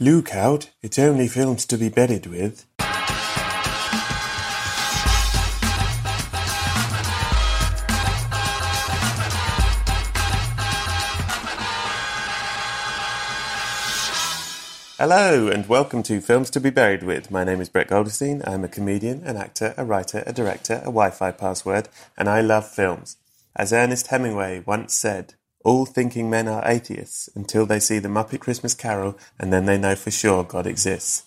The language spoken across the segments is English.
Look out, it's only films to be bedded with. Hello, and welcome to Films to be Buried with. My name is Brett Goldstein. I'm a comedian, an actor, a writer, a director, a Wi Fi password, and I love films. As Ernest Hemingway once said, all thinking men are atheists until they see the Muppet Christmas Carol and then they know for sure God exists.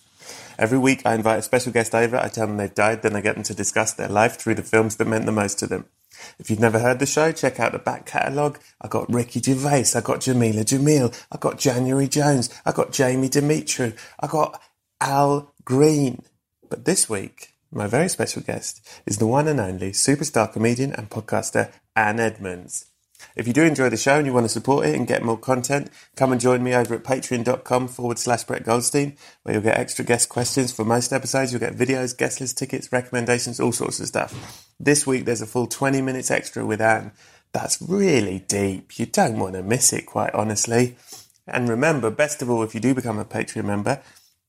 Every week I invite a special guest over, I tell them they've died, then I get them to discuss their life through the films that meant the most to them. If you've never heard the show, check out the back catalogue. I got Ricky Gervais, I got Jamila Jamil, I got January Jones, I got Jamie Dimitri, I got Al Green. But this week, my very special guest is the one and only superstar comedian and podcaster Anne Edmonds. If you do enjoy the show and you want to support it and get more content, come and join me over at patreon.com forward slash Brett Goldstein, where you'll get extra guest questions for most episodes. You'll get videos, guest list tickets, recommendations, all sorts of stuff. This week, there's a full 20 minutes extra with Anne. That's really deep. You don't want to miss it, quite honestly. And remember, best of all, if you do become a Patreon member,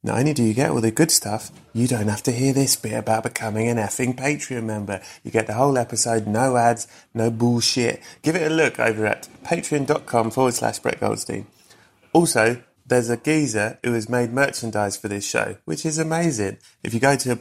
not only do you get all the good stuff, you don't have to hear this bit about becoming an effing Patreon member. You get the whole episode, no ads, no bullshit. Give it a look over at patreon.com forward slash Brett Goldstein. Also, there's a geezer who has made merchandise for this show, which is amazing. If you go to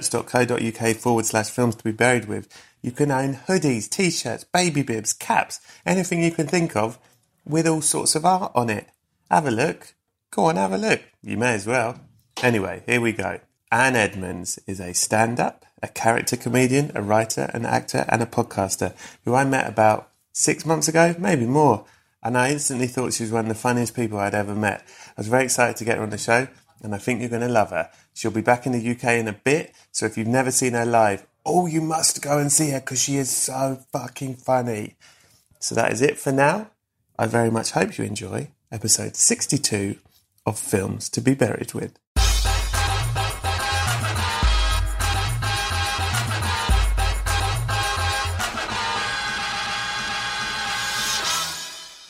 podcastmerch.co.uk forward slash films to be buried with, you can own hoodies, t shirts, baby bibs, caps, anything you can think of with all sorts of art on it. Have a look. Go on, have a look. You may as well. Anyway, here we go. Anne Edmonds is a stand up, a character comedian, a writer, an actor, and a podcaster who I met about six months ago, maybe more. And I instantly thought she was one of the funniest people I'd ever met. I was very excited to get her on the show, and I think you're going to love her. She'll be back in the UK in a bit, so if you've never seen her live, oh, you must go and see her because she is so fucking funny. So that is it for now. I very much hope you enjoy episode 62 of films to be buried with.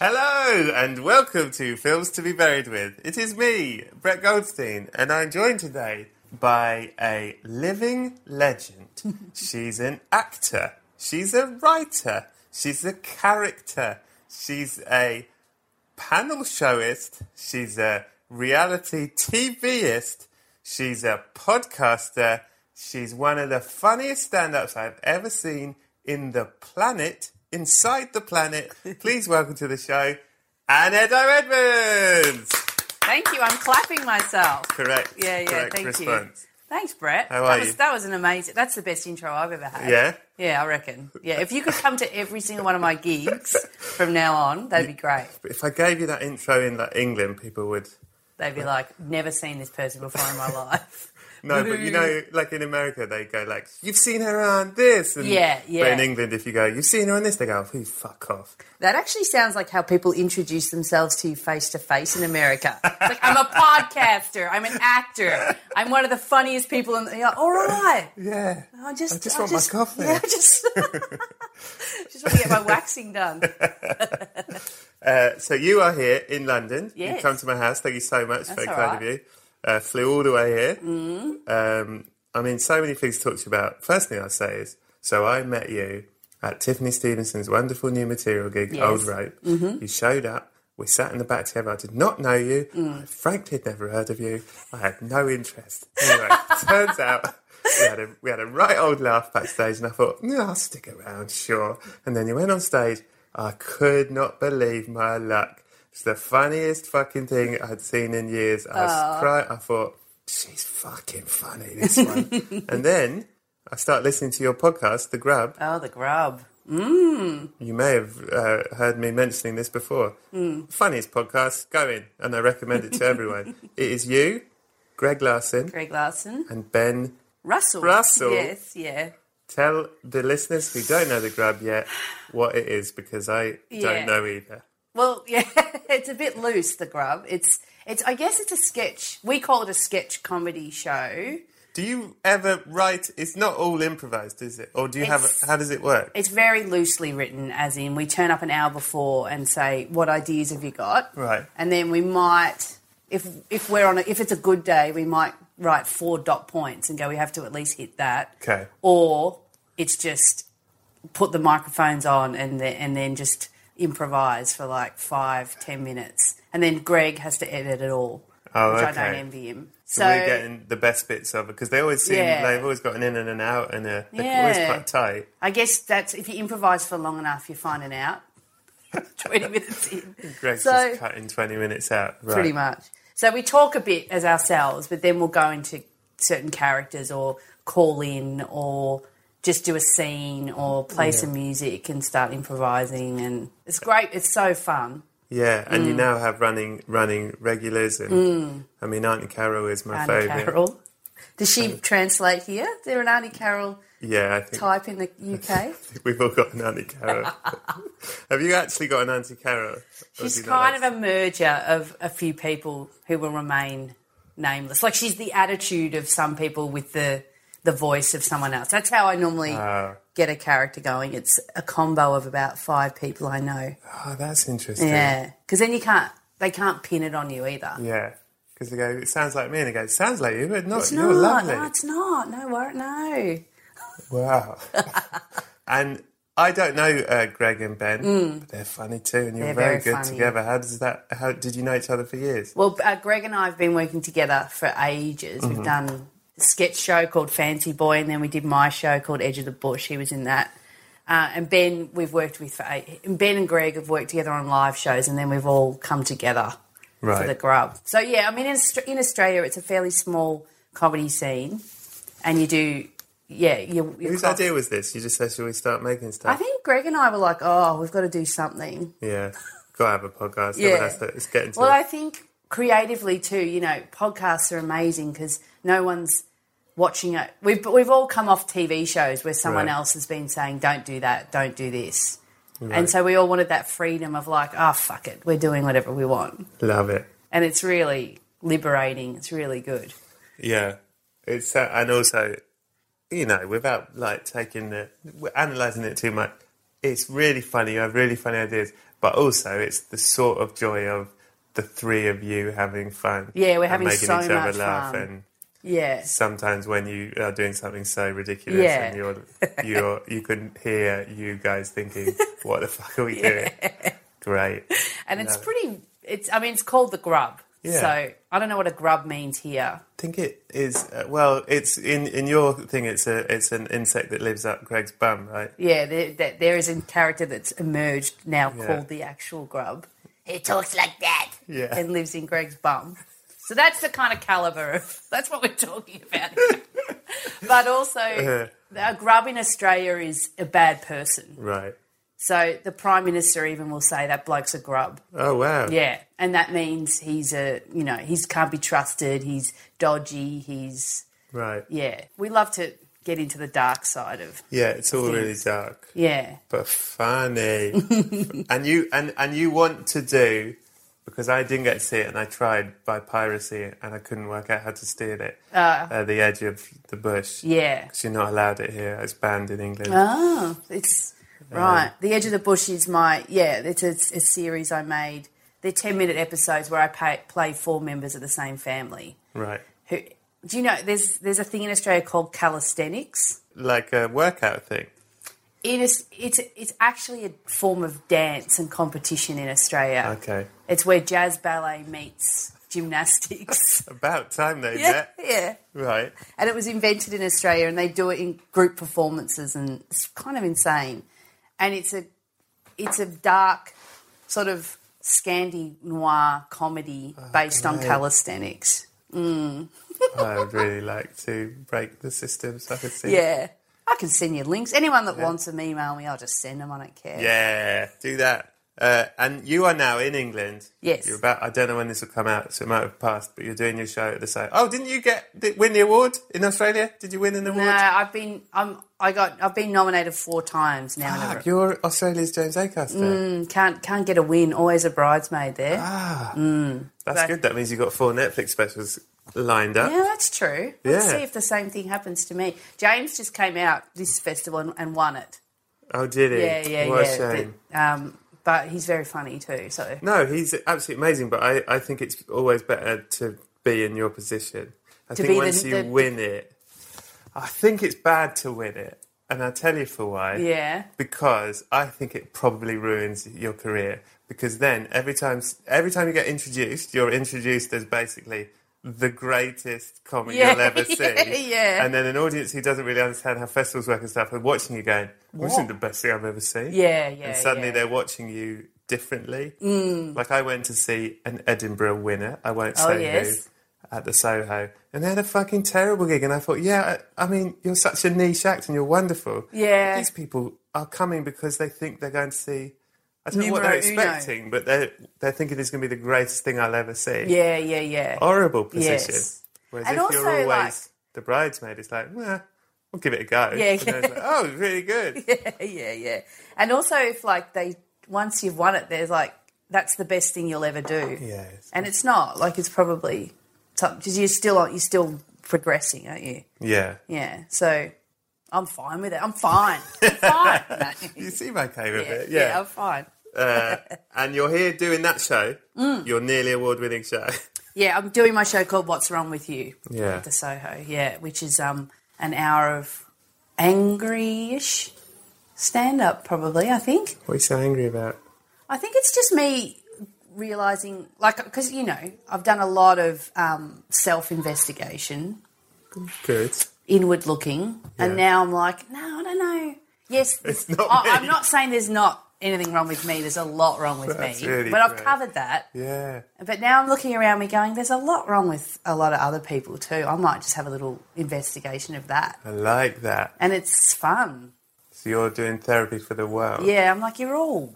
Hello and welcome to Films to be Buried with. It is me, Brett Goldstein, and I'm joined today by a living legend. She's an actor, she's a writer, she's a character, she's a panel showist, she's a reality TVist. She's a podcaster. She's one of the funniest stand ups I've ever seen in the planet, inside the planet. Please welcome to the show, Annetta Edmonds. Thank you. I'm clapping myself. Correct. Yeah, yeah. correct thank response. you. Thanks, Brett. How that are was you? that was an amazing. That's the best intro I've ever had. Yeah? Yeah, I reckon. Yeah, if you could come to every single one of my gigs from now on, that'd be great. But If I gave you that intro in like England, people would. They'd be like, never seen this person before in my life. No, but you know, like in America, they go like, "You've seen her on this," and Yeah, But yeah. in England, if you go, "You've seen her on this," they go, "Who fuck off." That actually sounds like how people introduce themselves to you face to face in America. It's like, I'm a podcaster. I'm an actor. I'm one of the funniest people in the. You're like, All right. Yeah, I just, I just want my coffee. Yeah, I just, just want to get my waxing done. So you are here in London. You've Yes. come to my house. Thank you so much. Very all Mm. kind of you. Uh, flew all the way here. Um, I mean, so many things to talk to you about. First thing I'll say is, so I met you at Tiffany Stevenson's wonderful new material gig, Yes. Old Rope. You showed up. We sat in the back together. I did not know you. I frankly had never heard of you. I had no interest. Anyway, turns out we had, a, we had a right old laugh backstage, and I thought, yeah, I'll stick around, sure. And then you went on stage. I could not believe my luck. It's the funniest fucking thing I'd seen in years. I was crying. I thought, she's fucking funny, this one. and then I start listening to your podcast, The Grub. Oh, the grub. You may have uh, heard me mentioning this before. Hmm. Funniest podcast going, and I recommend it to everyone. it is you, Greg Larson, Greg Larson. and Ben. Russell. Russell. Yes, yeah. Tell the listeners who don't know the grub yet what it is, because I Yeah. don't know either. Well, yeah, it's a bit loose. The grub. It's it's. I guess it's a sketch. We call it a sketch comedy show. Do you ever write? It's not all improvised, is it? Or do you have? It's- How does it work? It's very loosely written, as in we turn up an hour before and say, "What ideas have you got?" Right. and then we might, if if we're on, a, if it's a good day, we might write four dot points and go, "We have to at least hit that." Okay. or it's just put the microphones on and the, and then just improvise for like five ten minutes, and then Greg has to edit it all, Oh, which okay. I don't envy him. So, we're getting the best bits of it because they always seem Yeah. they've always got an in and an out, and a, they're always Yeah. quite tight. I guess that's if you improvise for long enough, you're finding out. Twenty minutes in, Greg's So- just cutting twenty minutes out, right? pretty much. So we talk a bit as ourselves, but then we'll go into certain characters or call in or just do a scene or play some music and start improvising. And it's great. It's so fun. Yeah, and Mm. you now have running running regulars, and I mean Auntie Carol is my Auntie favourite. Carol. Does she translate here? Is there an Auntie Carol Yeah, I think type in the UK? we've all got an Auntie Carol. have you actually got an Auntie Carol? Or do She's you not kind like- of a merger of a few people who will remain nameless. Like she's the attitude of some people with the the voice of someone else. That's how I normally Ah. get a character going. It's a combo of about five people I know. Oh, that's interesting. Yeah, Yeah, because then you can't they can't pin it on you either. because they go, it sounds like me, and they go, it sounds like you, but not. It's you're not. lovely. No, it's not. No, wor- no. Wow. and I don't know uh, Greg and Ben, but they're funny too, and you're Mm. They're very, very good funny. together. How does that? How did you know each other for years? Well, uh, Greg and I have been working together for ages. We've done a sketch show called Fancy Boy, and then we did my show called Edge of the Bush. He was in that. Uh, and Ben, we've worked with for eight. And ben and Greg have worked together on live shows, and then we've all come together for Right. the grub. So yeah, I mean, in, Aust- in Australia, it's a fairly small comedy scene, and you do, yeah. You, you Whose cross- idea was this? You just said, "Should we start making stuff?" I think Greg and I were like, oh, we've got to do something. Yeah, gotta have a podcast. Yeah. Yeah, has to, it's getting to. Well, I think creatively too. You know, podcasts are amazing because no one's watching it. We've we've all come off TV shows where someone Right. else has been saying, "Don't do that, don't do this," and so we all wanted that freedom of like, "Oh fuck it, we're doing whatever we want," Love it. and it's really liberating. It's really good. Yeah, it's uh, and also, you know, without like taking the analyzing it too much, it's really funny. You have really funny ideas, but also it's the sort of joy of the three of you having fun. Yeah, we're and having making so each other much laugh fun. and. Yeah, Sometimes when you are doing something so ridiculous Yeah. and you're, you're you can hear you guys thinking, "What the fuck are we doing?" Great. and it's pretty. It's I mean, it's called the grub. Yeah. So I don't know what a grub means here. think it is. Uh, well, it's in in your thing. It's a it's an insect that lives up Greg's bum, right? Yeah, there, there, there is a character that's emerged now Yeah. called the actual grub. He talks like that Yeah. and lives in Greg's bum. So that's the kind of caliber of that's what we're talking about. here. but also, Uh-huh. a grub in Australia is a bad person. Right. So the prime minister even will say that bloke's a grub. Oh wow. Yeah, and that means he's a you know he's can't be trusted. He's dodgy. He's Right. Yeah. yeah. We love to get into the dark side of it's all really dark, yeah. but funny. and you and and you want to do because I didn't get to see it, and I tried by piracy, and I couldn't work out how to steal it. Uh, the edge of the bush. Ah. Yeah. Because you're not allowed it here. It's banned in England. Oh, it's right. The Edge of the Bush is my yeah. It's a, a series I made. They're ten minute episodes where I pay, play four members of the same family. Right. Who do you know? There's there's a thing in Australia called calisthenics. Like a workout thing. It is. It's it's actually a form of dance and competition in Australia. Okay. It's where jazz ballet meets gymnastics. About time they yeah, met. yeah. Right. And it was invented in Australia, and they do it in group performances, and it's kind of insane. And it's a it's a dark sort of Scandi noir comedy based on Oh, great. calisthenics. I would really like to break the system so I could see. Yeah. I can send you links. Anyone that wants them, email me. I'll just send them. I don't care. Yeah, do that. Uh, and you are now in England. Yes. You're about. I don't know when this will come out, so it might have passed. But you're doing your show at the site. Oh, didn't you get did, win the award in Australia? Did you win an award? No, I've been I'm I got I've been nominated four times now. and Fuck, you're Australia's James Acaster. I can't can't get a win. Always a bridesmaid there. Ah. That's good. That means you got four Netflix specials lined up. Yeah, that's true. Let's Yeah. see if the same thing happens to me. James just came out this festival and, and won it. Oh, did he? Yeah, yeah, what yeah. a shame. But, um, but he's very funny too. So No, he's absolutely amazing. But I, I think it's always better to be in your position. I be think the- once you the- win it, I think it's bad to win it, and I'll tell you for why. yeah, because I think it probably ruins your career. Because then every time every time you get introduced, you're introduced as basically the greatest comic Yeah, you'll ever see. yeah, yeah. And then an audience who doesn't really understand how festivals work and stuff are watching you going, well, This isn't the best thing I've ever seen. yeah, yeah. And suddenly yeah. Mm. they're watching you differently. Like I went to see an Edinburgh winner, I won't say Oh, yes. who, at the Soho, and they had a fucking terrible gig. And I thought, yeah, I, I mean, you're such a niche act and you're wonderful. Yeah. These people are coming because they think they're going to see. I don't know what Numero they're uno. expecting, but they're, they're thinking it's going to be the greatest thing I'll ever see. yeah, yeah, yeah. Horrible position. Yes. Whereas And if also, you're always like- the bridesmaid, it's like, well, we'll give it a go. Yeah, And then it's yeah. like, oh, it's really good. yeah, yeah. And also, if like they once you've won it, there's like that's the best thing you'll ever do. Yeah, it's- and it's not like it's probably because you're still you're still progressing, aren't you? yeah. Yeah. So I'm fine with it. I'm fine. I'm fine. You seem okay with yeah, it. Yeah. I'm fine. and you're here doing that show, Mm. your nearly award winning show. Yeah, I'm doing my show called What's Wrong with You. Yeah. At the Soho. Yeah, which is um an hour of angry-ish stand up probably, I think. What are you so angry about? I think it's just me realizing, like, because you know, I've done a lot of um, self investigation, Good. inward looking, and Yeah. now I'm like, no, I don't know. Yes, It's not I, I'm me. not saying there's not anything wrong with me. There's a lot wrong with That's me, really but I've great. covered that. Yeah. But now I'm looking around me, going, there's a lot wrong with a lot of other people too. I might just have a little investigation of that, I like that. and it's fun. So you're doing therapy for the world. Yeah, I'm like, you're all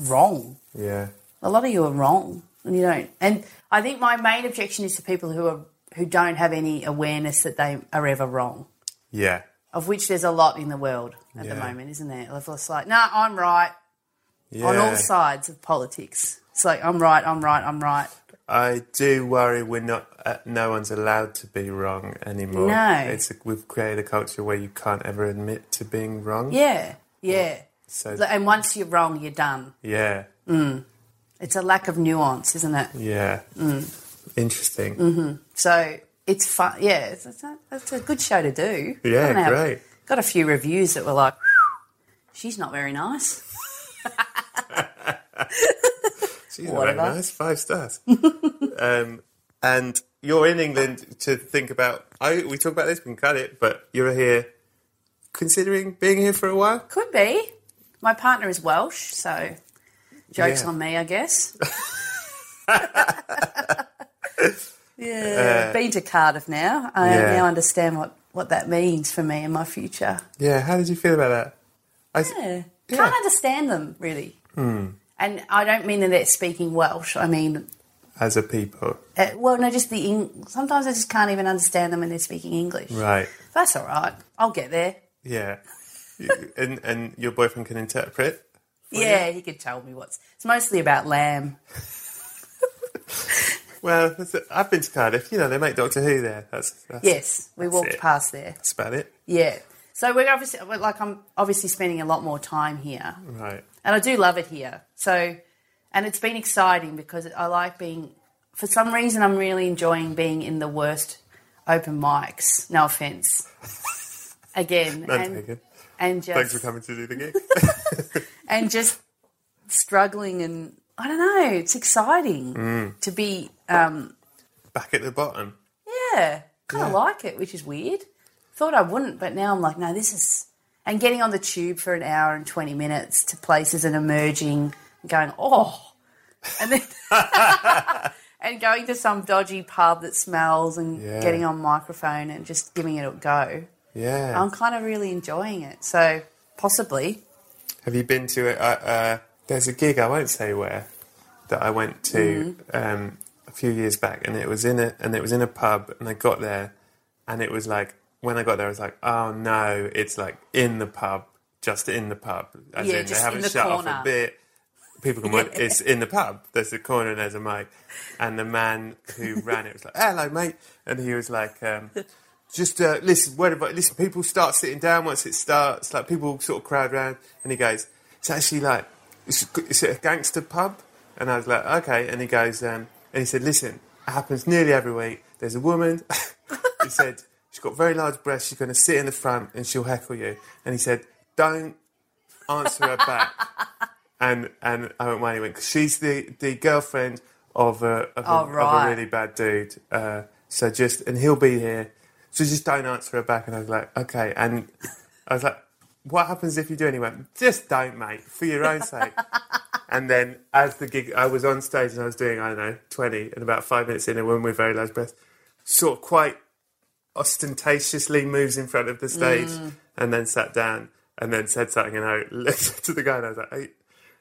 wrong. Yeah. a lot of you are wrong and you don't and i think my main objection is to people who are who don't have any awareness that they are ever wrong Yeah. of which there's a lot in the world at the Yeah. moment isn't there of it's like no i'm right Yeah. on all sides of politics it's like i'm right i'm right i'm right I do worry we're not. Uh, no one's allowed to be wrong anymore. No. It's a, we've created a culture where you can't ever admit to being wrong. yeah yeah So Like, and once you're wrong you're done yeah, it's a lack of nuance isn't it yeah. Mm. Interesting. Mm-hmm. so it's fun yeah it's, it's, a, it's a good show to do Yeah, I don't know. great. got a few reviews that were like she's not very nice She's very Whatever. nice. Five stars. um, and you're in England to think about. I, we talk about this, we can cut it, but you're here considering being here for a while. Could be. My partner is Welsh, so jokes Yeah. on me, I guess. yeah, been to Cardiff now. I Uh, Yeah. now understand what, what that means for me in my future. Yeah. How did you feel about that? I, Yeah. Yeah. Hmm. Can't understand them really. And I don't mean that they're speaking Welsh. I mean, As a people, uh, well, no, just the. Eng- Sometimes I just can't even understand them when they're speaking English. right? That's all right. I'll get there. Yeah. You- and and your boyfriend can interpret. yeah, he could tell me what's. It's mostly about lamb. Well, that's it. I've been to Cardiff. You know they make Doctor Who there. That's, that's Yes, we walked it. past there. That's about it. Yeah. So we're obviously we're like I'm obviously spending a lot more time here, Right. and I do love it here. So, and it's been exciting because I like being. For some reason, I'm really enjoying being in the worst open mics. No offense. Again, None and, taken. and just Thanks for coming to do the gig. and just struggling and I don't know. It's exciting Mm. to be. Um, Back at the bottom. yeah, kind of Yeah. like it, which is weird. Thought I wouldn't, but now I'm like, no, this is. And getting on the tube for an hour and twenty minutes to places and emerging, and going oh, and then and going to some dodgy pub that smells and Yeah. getting on microphone and just giving it a go. Yeah. I'm kind of really enjoying it. So possibly, Have you been to a, uh, uh, there's a gig I won't say where that I went to Mm. um, a few years back, and it was in a and it was in a pub, and I got there, and it was like when I got there, I was like, oh no, it's like in the pub, just in the pub, as Yeah, in they just in haven't the shut off corner. a bit. People can work. It's in the pub. There's a corner and there's a mic, and the man who ran it was like, "Hello, mate," and he was like, um, just uh, listen, word about listen. People start sitting down once it starts. Like people sort of crowd round, and he goes, "It's actually like it's, it's a gangster pub." And I was like, "Okay." And he goes, um, and he said, "Listen, it happens nearly every week. There's a woman." he said, "She's got very large breasts. She's going to sit in the front and she'll heckle you." And he said, "Don't answer her back." and and I went, "Why?" And he went, "'Cause she's the the girlfriend of a of a, Oh, of right. a really bad dude. Uh, so just and he'll be here. So just don't answer her back." And I was like, "Okay." And I was like, "What happens if you do?" And he went, "Just don't, mate, for your own sake." and then as the gig, I was on stage and I was doing I don't know twenty, and about five minutes in, a woman with very large breasts sort of quite ostentatiously moves in front of the stage Mm. and then sat down and then said something and I looked to the guy and I was like, hey.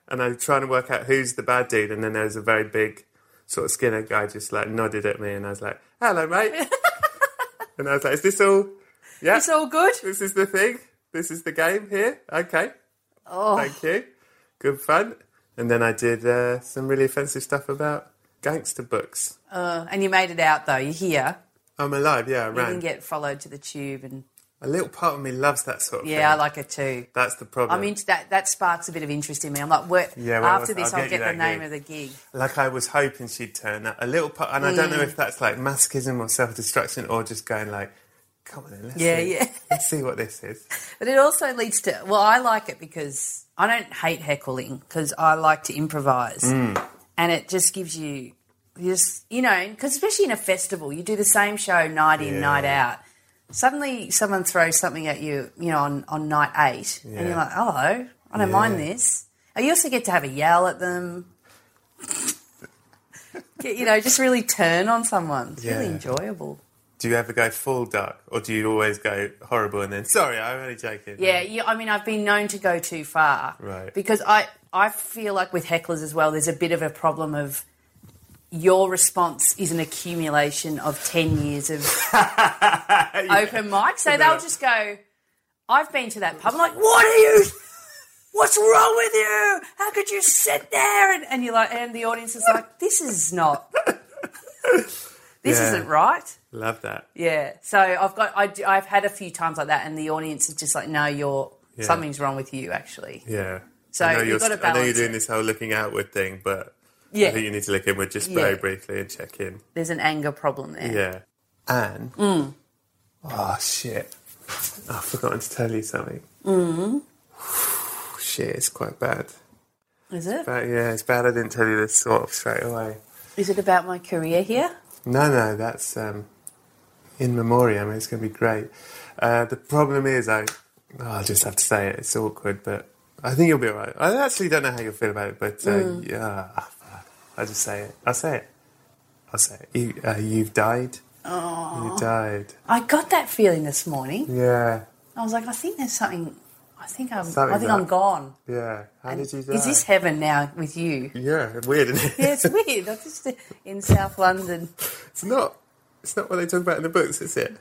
and I was trying to work out who's the bad dude and then there was a very big sort of skinner guy just like nodded at me and I was like, hello mate. and I was like, is this all? Yeah, it's all good. this is the thing. This is the game here. Okay. Oh. Thank you. Good fun. And then I did uh, some really offensive stuff about gangster books. And you made it out though. You're here. I'm alive, yeah, I You ran. can get followed to the tube, and A little part of me loves that sort of thing. yeah, I like it too. That's the problem. I'm into that. That sparks a bit of interest in me. I'm like, what? Yeah, well, after I'll- this, I'll I'll, get you get, that the name gig. of the gig. like I was hoping she'd turn up. A little part, and I don't Mm. know if that's like masochism or self-destruction or just going like, come on, then, let's Yeah, see, yeah. let's see what this is. But it also leads to. Well, I like it because I don't hate heckling because I like to improvise, Mm. and it just gives you you just you know because especially in a festival, you do the same show night in, Yeah. night out. Suddenly, someone throws something at you, you know, on, on night eight, and Yeah. you're like, "Hello, I don't Yeah. mind this." And you also get to have a yell at them. Get, you know, just really turn on someone. It's really Yeah. enjoyable. Do you ever go full duck, or do you always go horrible and then sorry, I'm only joking? Yeah, yeah, I mean, I've been known to go too far. Right. Because I, I feel like with hecklers as well, there's a bit of a problem of your response is an accumulation of 10 years of open mic. So they'll just go, I've been to that pub. I'm like, what are you? What's wrong with you? How could you sit there? And, and you're like, and the audience is like, this is not, this Yeah. isn't right. love that. Yeah. So I've got I, do- I've had a few times like that, and the audience is just like, no, you're something's wrong with you, actually. Yeah. So I know you've you're, gotta I know you're balance doing it. this whole looking outward thing, but I Yeah. think you need to look inward just Yeah. very briefly and check in. There's an anger problem there. Yeah. And Mm. oh shit, I've forgotten to tell you something. Mm-hmm. Mm. shit, it's quite bad. Is it? But yeah, it's bad. I didn't tell you this sort of straight away. Is it about my career here? No, no, that's um, in memoriam. It's going to be great. Uh, the problem is, I oh, I'll just have to say it. It's awkward, but I think you'll be all right. I actually don't know how you'll feel about it, but uh, Mm. yeah, ah, fuck. I'll just say it. I'll say it. I'll say it. You, uh, you've died. Oh. You died. I got that feeling this morning. Yeah. I was like, I think there's something. I think I'm. Something I think about- I'm gone. Yeah. How did you die? Is this heaven now with you? yeah, weird, isn't it? Yeah, it's weird. I'm just in South London. it's not. It's not what they talk about in the books, is it?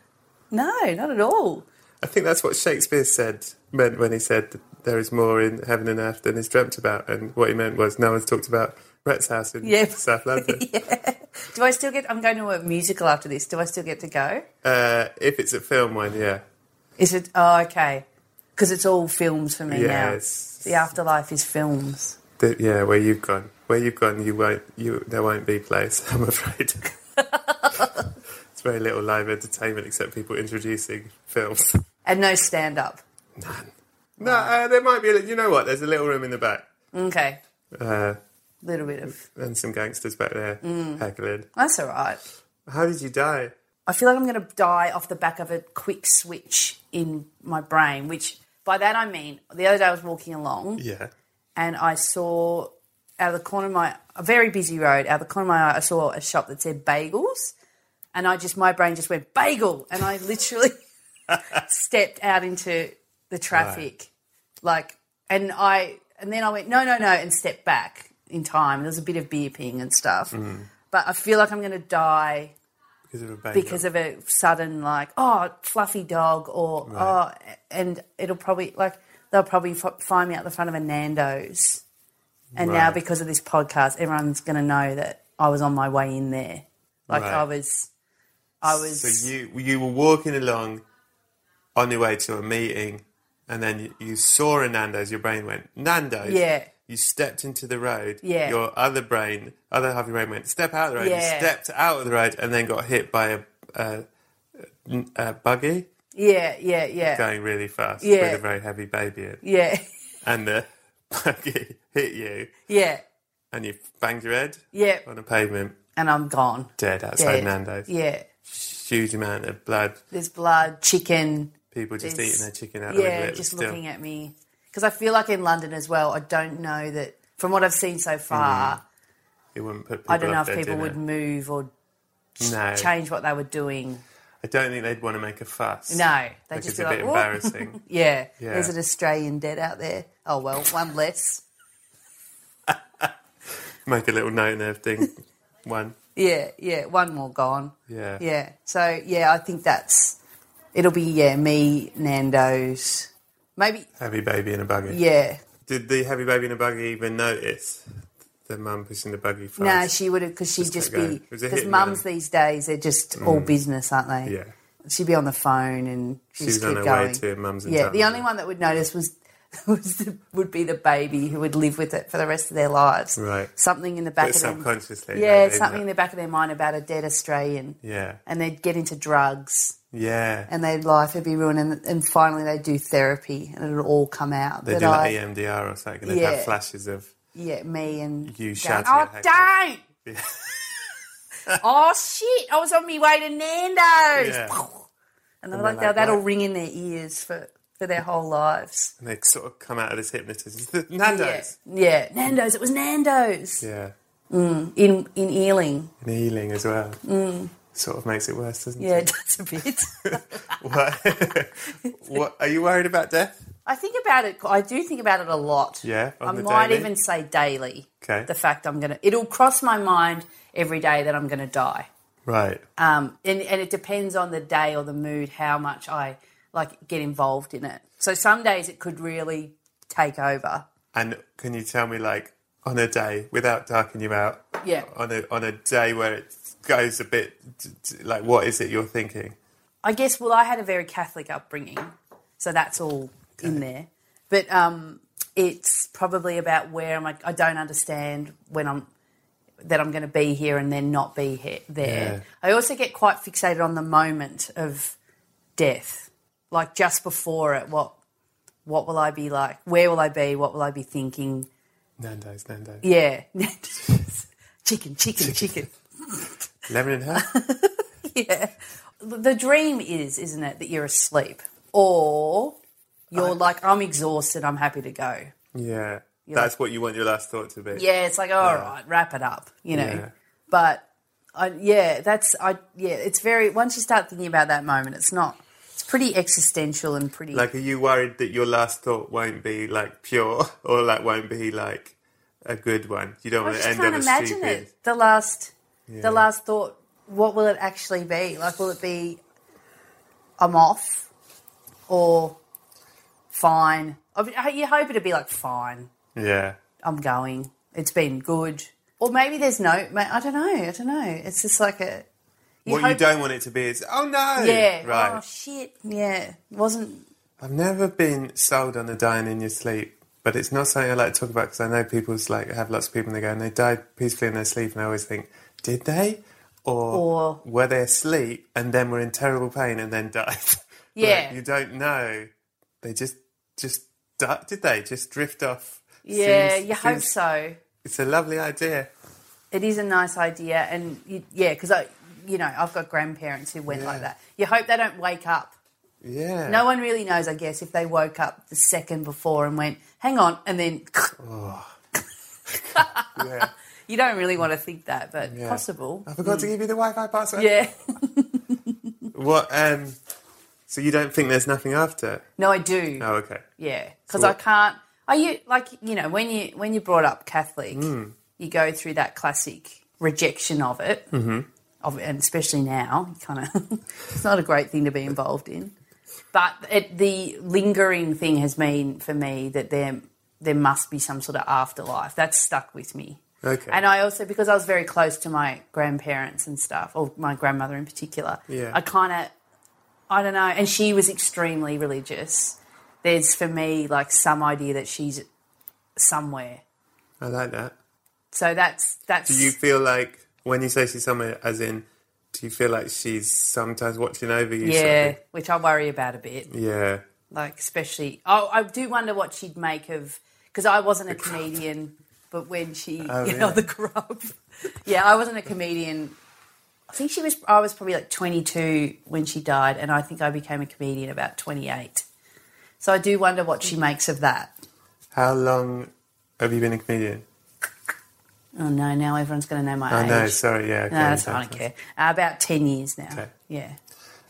No, not at all. I think that's what Shakespeare said meant when he said that there is more in heaven and earth than is dreamt about, and what he meant was no one's talked about Rhett's house in Yeah. South London. Do I still get? I'm going to a musical after this. Do I still get to go? uh, if it's a film one, yeah, Is it? Oh, okay. Because it's all films for me Yeah, now. it's- The afterlife is films. The- yeah, where you've gone, where you've gone, you won't, you there won't be place. I'm afraid. it's very little live entertainment except people introducing films. And no stand up. None. No, uh, there might be. A, you know what? There's a little room in the back, Okay. uh, Little bit of. and some gangsters back there heckling. That's all right. How did you die? I feel like I'm going to die off the back of a quick switch in my brain, which by that I mean the other day I was walking along Yeah. and I saw out of the corner of my a very busy road out of the corner of my eye I saw a shop that said bagels, and I just my brain just went bagel, and I literally stepped out into the traffic, like, and I and then I went no no no and stepped back in time. There was a bit of beer ping and stuff, but I feel like I'm going to die Because of a baby. because of a sudden like oh fluffy dog or oh and it'll probably like they'll probably f- find me out the front of a Nando's and now Right. because of this podcast everyone's going to know that I was on my way in there like Right. I was I was So you you were walking along on your way to a meeting, and then you, you saw a Nando's. Your brain went Nando's. Yeah. You stepped into the road. Yeah. Your other brain, other half of your brain went step out of the road. Yeah. You stepped out of the road and then got hit by a, a, a buggy yeah yeah yeah going really fast Yeah. with a very heavy baby in, yeah and the buggy hit you, yeah and you banged your head yeah on the pavement, and I'm gone dead outside Dead. Nando's. yeah Huge amount of blood. there's blood chicken People just There's- eating their chicken out of the middle. yeah It was just still- looking at me because I feel like in London as well I don't know that from what I've seen so far. Mm. It wouldn't put people I don't know off if their people would dinner. move or No, change what they were doing. I don't think they'd want to make a fuss. No, they like just it's be a like, bit "What?" embarrassing. Yeah. Yeah. there's an Australian dead out there. Oh well, one less. make a little note in their thing. One, Yeah, yeah, one more gone. yeah, Yeah, so yeah, I think that's it'll be yeah me Nando's maybe Heavy baby in a buggy. yeah. Did the heavy baby in a buggy even notice the mum pushing the buggy fast? No, she would have because she'd Just just let go. be It was a because hit mums man. these days they're just all business, aren't they? yeah, she'd be on the phone and she'd she just was on keep her going. way to mum's. in Yeah, town. the only one that would notice was, was the, would be the baby who would live with it for the rest of their lives. Right. Something in the back But of their subconsciously, Yeah, though, something isn't in the back of their mind about a dead Australian, it? Yeah, and they'd get into drugs, yeah. and their life would be ruined, and, and finally they'd do therapy, and it'll all come out. they that do like E I, EMDR or something. They Yeah. have flashes of yeah, me and You Dan. shouting Oh, at Hector. don't! oh shit! I was on my way to Nando's, Yeah. and they're And like, they're like, that'll "What?" ring in their ears for for their whole lives. and they sort of come out of this hypnotist. Nando's. Yeah, yeah. Nando's. It was Nando's Yeah, in in Ealing. and healing as well. Sort of makes it worse, doesn't Mm. Yeah, it? it does a bit. What? what are you worried about death? I think about it. I do think about it a lot. Yeah, on I the might daily? even say daily. Okay. The fact I'm gonna, it'll cross my mind every day that I'm gonna die. Right. Um, and and it depends on the day or the mood how much I like get involved in it. So some days it could really take over. And can you tell me, like, on a day without darking you out? Yeah. On a on a day where it goes a bit, t- t- like, what is it you're thinking? I guess. Well, I had a very Catholic upbringing, so that's all in there. But um, it's probably about where I'm. Like, I don't understand when I'm that I'm going to be here and then not be here, there. I also get quite fixated on the moment of death, like just before it. What what will I be like? Where will I be? What will I be thinking? Nando's, Nando's. Yeah, chicken, chicken, chicken. Lemon and herb. yeah. The dream is, isn't it, that you're asleep or you're like, I'm exhausted, I'm happy to go. yeah. That's what you want your last thought to be. Yeah, it's like, all right, wrap it up, you know. Yeah. But I, yeah, that's, I, yeah, it's very, once you start thinking about that moment, it's not, it's pretty existential and pretty, Like, are you worried that your last thought won't be like pure, or like won't be like a good one? You don't I want to just end can't on a imagine stupid. it. The last, the last thought, what will it actually be? Like, will it be, I'm off or fine? I mean, you hope it'd be like fine. Yeah. I'm going. It's been good. Or maybe there's no. ma- I don't know. I don't know. It's just like a. You what you hope- don't want it to be is, oh no, Yeah. right. Oh shit. Yeah. It wasn't. I've never been sold on the dying in your sleep, but it's not something I like to talk about because I know people's like I have lots of people and they go and they died peacefully in their sleep, and I always think, did they, or, Or- were they asleep and then were in terrible pain and then died? Like, Yeah. you don't know. They just just du- did they just drift off? Yeah, Seems- you hope seems- so. It's a lovely idea. It is a nice idea, and you, yeah, because I, you know, I've got grandparents who went like Yeah. that. You hope they don't wake up. Yeah. No one really knows, I guess, if they woke up the second before and went, "Hang on," and then Oh. Yeah. you don't really want to think that, but yeah. possible. I forgot to give you the Wi-Fi password. Hmm. Yeah. What? Um. So you don't think there's nothing after? No, I do. Oh, okay. Yeah, because So I what- can't. Are you like you know when you when you're brought up Catholic, you go through that classic rejection of it, mm-hmm. of, and especially now, kind of, it's not a great thing to be involved in. But it, the lingering thing has been for me that there there must be some sort of afterlife that's stuck with me. Okay. And I also because I was very close to my grandparents and stuff, or my grandmother in particular. Yeah. I kind of I don't know. And she was extremely religious. There's for me like some idea that she's somewhere. I like that. So that's that's Do you feel like when you say she's somewhere, as in, do you feel like she's sometimes watching over you? sort of yeah, thing? which I worry about a bit. Yeah. Like especially, oh, I do wonder what she'd make of because I wasn't a comedian, but when she, you know, yeah. the grub. yeah, I wasn't a comedian. I think she was. I was probably like 22 when she died, and I think I became a comedian about 28. So I do wonder what she Mm-hmm. makes of that. How long have you been a comedian? Oh no! Now everyone's going to know my Oh age. no, sorry. Yeah. Okay, No, that's I fine, don't care. Uh, about 10 years now. Okay. Yeah.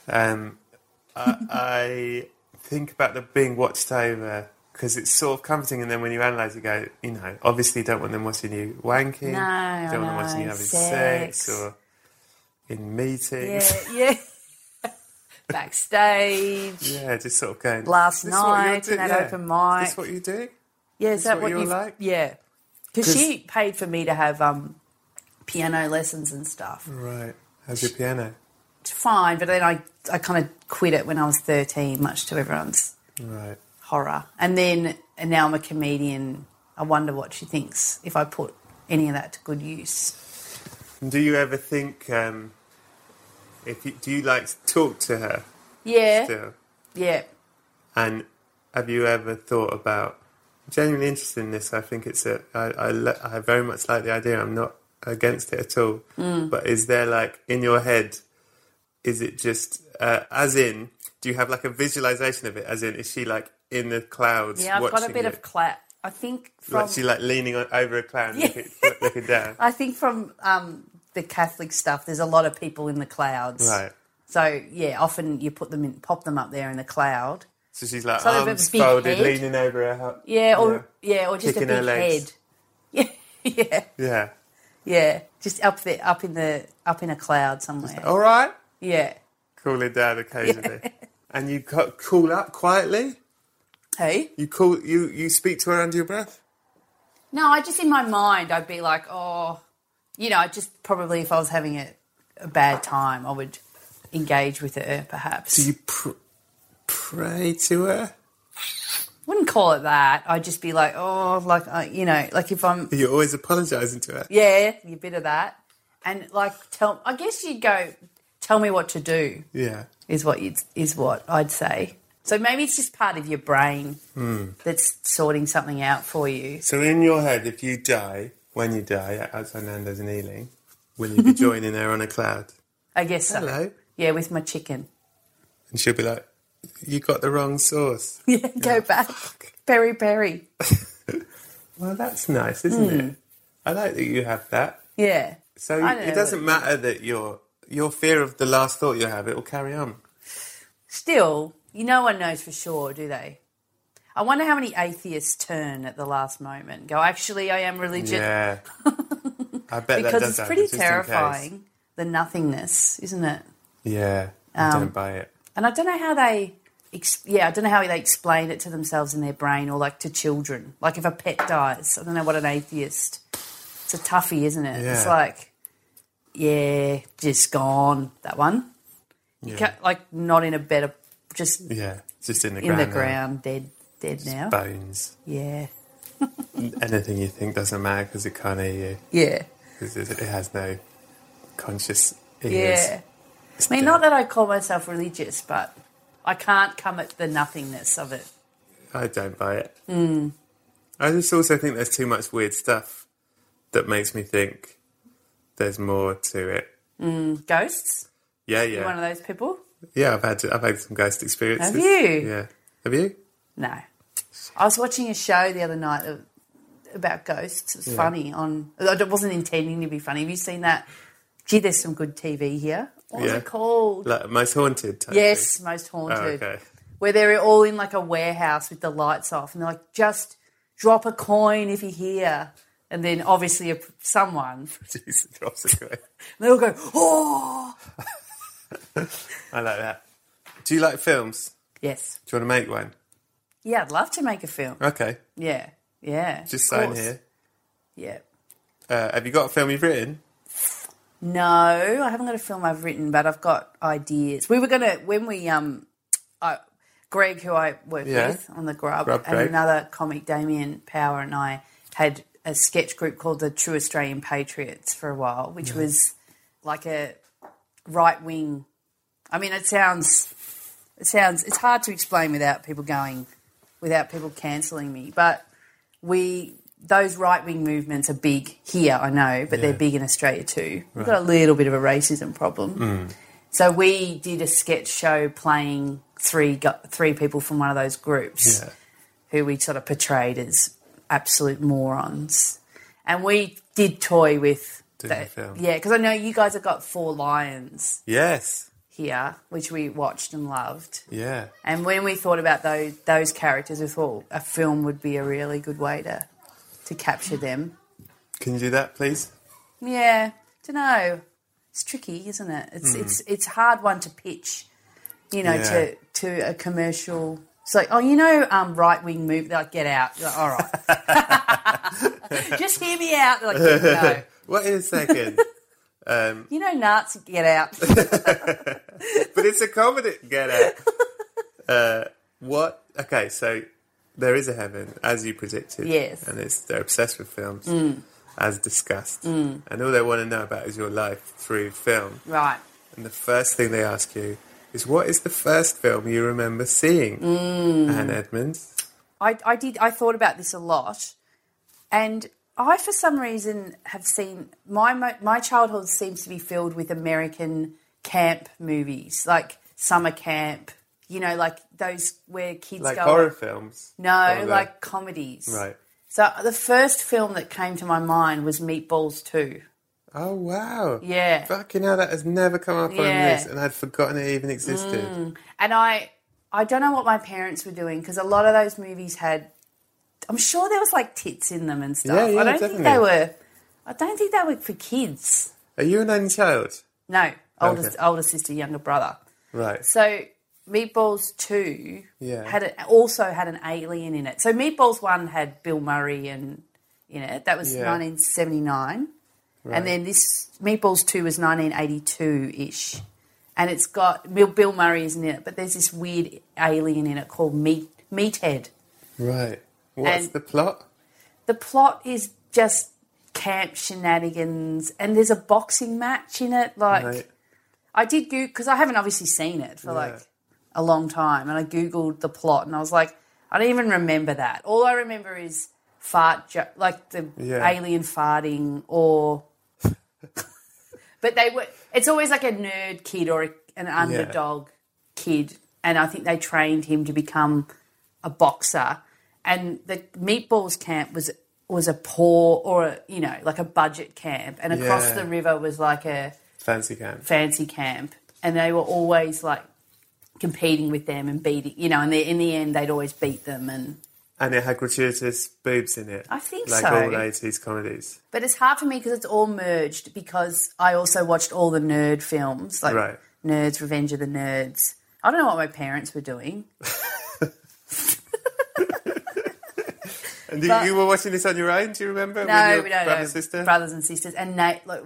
Um, I, I think about the being watched over because it's sort of comforting, and then when you analyse, you go, you know, obviously you don't want them watching you wanking, No, you I don't want them watching you know, having sex, sex. or in meetings. Yeah. yeah. Backstage. Yeah. just sort of going. Last "Is this what you're night doing?" in that open mic. Is this what you do? Yeah, is That's that what what, you you like? Yeah. Because 'Cause- she paid for me to have um, piano lessons and stuff. Right. How's your piano? It's fine, but then I, I kind of quit it when I was 13, much to everyone's Right. horror. And then and now I'm a comedian. I wonder what she thinks if I put any of that to good use. And do you ever think? Um, if you, do you like to talk to her Yeah. still? Yeah. And have you ever thought about? I'm genuinely interested in this. I think it's a. I, I, le- I very much like the idea. I'm not against it at all. Mm. But is there like in your head? Is it just uh, as in? Do you have like a visualization of it? As in, is she like in the clouds? Yeah, I've watching got a bit you? of clap. I think from Like she like leaning on, over a cloud, and Yeah. looking, looking down. I think from um, the Catholic stuff, there's a lot of people in the clouds. Right. So yeah, often you put them in, pop them up there in the cloud. So she's like Sort of a arms big folded, head. leaning over her. hu- Yeah, or yeah, or just Kicking a her big head. legs. Yeah, yeah, yeah. yeah. Just up there, up in the up in a cloud somewhere. All right. Yeah. Cool it down occasionally, and you ca- call up quietly. Hey. You call you you speak to her under your breath. No, I just in my mind, I'd be like, oh, you know, I just probably if I was having a, a bad time, I would engage with her perhaps. Do you pr- pray to her? wouldn't call it that. I'd just be like, oh, like uh, you know, like if I'm, You're always apologising to her. yeah, you bit of that, and like tell. I guess you'd go, tell me what to do Yeah. is what you'd, is what I'd say. So maybe it's just part of your brain Hmm. that's sorting something out for you. So in your head, if you die when you die at outside Nando's in Ealing, will you be joining her on a cloud? I guess so. Hello. Yeah, with my chicken. And she'll be like, "You got the wrong sauce." Yeah, go back. Berry, berry. Well, that's nice, isn't it? I like that you have that. Yeah. So Hmm. I don't it know doesn't what- matter that your your fear of the last thought you have, it will carry on. Still, you no one knows for sure, do they? I wonder how many atheists turn at the last moment. Go, actually, I am religious. Yeah. I bet that because does it's happen, pretty just in case. terrifying the nothingness isn't it Yeah. I Um, don't buy it. and i don't know how they ex- yeah i don't know how they explain it to themselves in their brain or like to children like if a pet dies i don't know what an atheist it's a toughie isn't it it's Yeah. like yeah just gone that one you can't, like not in a better just Yeah, just in the in ground. the now. ground dead dead now Bones. yeah Anything you think doesn't matter because it can't hear you. yeah 'Cause it, it has no conscious ears. yeah i mean not that i call myself religious but i can't come at the nothingness of it I don't buy it. Mm. I just also think there's too much weird stuff that makes me think there's more to it. Ghosts? Yeah, You're one yeah, of those people? yeah. I've had I've had some ghost experiences. Have you? Yeah. Have you? No. I was watching a show the other night that- about ghosts. It was funny. On I wasn't intending to be funny. Have you seen that? Gee, there's some good TV here. What was Yeah. it called? Like most haunted. Type yes, thing? most Oh, haunted. okay. Where they're all in like a warehouse with the lights off, and they're like, just drop a coin if you hear. And then obviously a, someone, Jesus, drops it away. they all go, oh. I like that. Do you like films? Yes. Do you want to make one? Yeah, I'd love to make a film. Okay, Yeah. Yeah. just of sign course. here. Yeah. Uh, have you got a film you've written? No, I haven't got a film I've written, but I've got ideas. We were gonna when we um, I, Greg, who I work Yeah. with on the Grub, Grub and Greg. another comic, Damien Power, and I had a sketch group called the True Australian Patriots for a while, which Mm-hmm. was like a right wing. I mean, it sounds, it sounds, it's hard to explain without people going, without people cancelling me, but we those right wing movements are big here, I know, but they're big in Australia too. We've got a little bit of a racism problem. So we did a sketch show playing three gu- three people from one of those groups Yeah. who we sort of portrayed as absolute morons, and we did toy with. Doing the that- film. Yeah, because I know you guys have got Four Lions Yes. here, which we watched and loved. Yeah. And when we thought about those those characters, we thought a film would be a really good way to to capture them. Can you do that, please? Yeah, don't know. It's tricky, isn't it? It's it's it's a hard one to pitch, you know, Yeah. to to a commercial. It's like, oh, you know, um, right wing move. They're like, get out. You're like, All right, just hear me out. They're like, no, What in a second? you know, Nazi, get out. but it's a comedy. Get out. Uh, what? Okay, so there is a heaven, as you predicted. Yes. Mm. And it's they're obsessed with films, as discussed. And all they want to know about is your life through film. right. And the first thing they ask you is, "What is the first film you remember seeing?" Mm. Anne Edmonds. I, I did I thought about this a lot, and I for some reason have seen my mo- my childhood seems to be filled with American camp movies like summer camp, you know, like those where kids Like go horror films. no, Or the- like comedies. right. So uh, the first film that came to my mind was Meatballs Two. Oh wow! Yeah. fucking hell, that has never come up on Yeah. Mm. this, and I'd forgotten it even existed. and I I don't know what my parents were doing because a lot of those movies had I'm sure there was like tits in them and stuff. Yeah, yeah, I don't think they definitely. were I don't think they were for kids. Are you an only child? No, older Okay. older sister, younger brother. Right. So Meatballs Two Yeah. had a, also had an alien in it. So Meatballs One had Bill Murray and in it. That was Yeah. 1979, and then this Meatballs Two was 1982 ish, and it's got Bill, Bill Murray is in it, but there's this weird alien in it called Meat Meathead. Right. What's And- the plot? The plot is just camp shenanigans, and there's a boxing match in it, like. Right. I did Google because I haven't obviously seen it for like a long time, and I googled the plot, and I was like, I don't even remember that. All I remember is fart, jo- like the Yeah. alien farting, or but they were. It's always like a nerd kid or a, an underdog kid, and I think they trained him to become a boxer. And the meatballs camp was was a poor or a, you know like a budget camp, and across Yeah. the river was like a Fancy camp. fancy camp, and they were always like competing with them and beating, you know. And they, in the end, they'd always beat them. And And it had gratuitous boobs in it. I think like so. Like all 80s comedies. but it's hard for me because it's all merged because I also watched all the nerd films, like Right. Nerds, Revenge of the Nerds. I don't know what my parents were doing. And you, you were watching this on your own, do you remember? No, With your we don't brother know. sister? Brothers and sisters, and na- like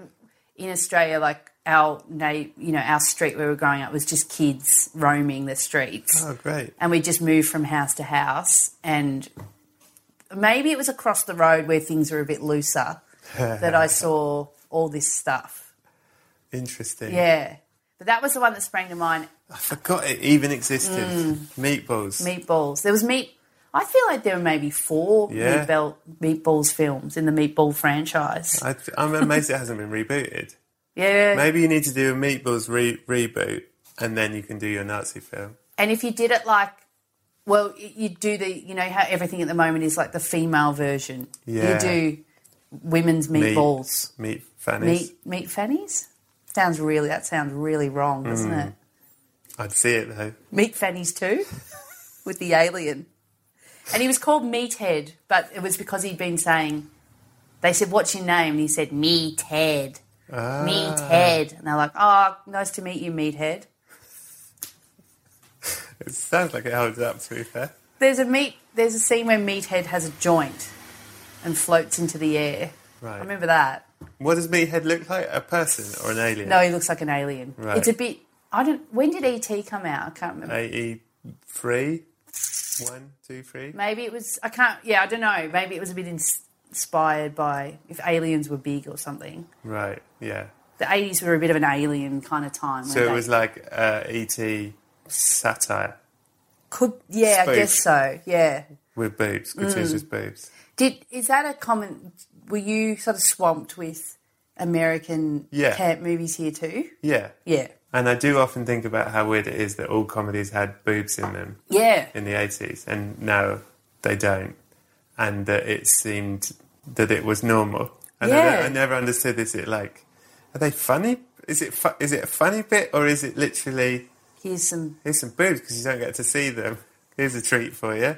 in Australia, like our na- you know our street where we were growing up was just kids roaming the streets. Oh, great. and we just moved from house to house and maybe it was across the road where things were a bit looser that I saw all this stuff. Interesting. Yeah. But that was the one that sprang to mind. Mm. I forgot it even existed. Meatballs. Meatballs. There was meat I feel like there were maybe four Yeah. Meatball, Meatballs films in the Meatball franchise. I th- I'm amazed it hasn't been rebooted. Yeah. Maybe you need to do a Meatballs re- reboot, and then you can do your Nazi film. And if you did it like, well, y- you do the, you know, how everything at the moment is like the female version. Yeah. You do women's meatballs. Meat fannies. Meat, meat fannies? Sounds really, that sounds really wrong, doesn't it? I'd see it though. Meat fannies too, with the alien. And he was called Meathead, but it was because he'd been saying, they said, what's your name? And he said, Meathead. Meathead. And they're like, oh, nice to meet you, Meathead. It sounds like it holds up. To be fair, There's a meat. There's a scene where Meathead has a joint and floats into the air. Right. I remember that. what does Meathead look like? A person or an alien? No, he looks like an alien. Right. It's a bit. I don't. When did ET come out? I can't remember. eighty-three. E One, two, three. Maybe it was. I can't. Yeah, I don't know. Maybe it was a bit ins- inspired by if aliens were big or something. Right. Yeah. The 80s were a bit of an alien kind of time. So weren't it they? was like uh, ET satire could. Yeah, spoof. I guess so. Yeah. with boobs, Mm. gratuitous boobs. Did is that a common? Were you sort of swamped with American Yeah. camp movies here too? Yeah. Yeah. And I do often think about how weird it is that all comedies had boobs in them Yeah. in the eighties, and now they don't, and that it seemed that it was normal. And I, don't- Yeah. I never understood. Is it like, are they funny? Is it fu- is it a funny bit or is it literally Here's some here's some boobs because you don't get to see them? Here's a treat for you.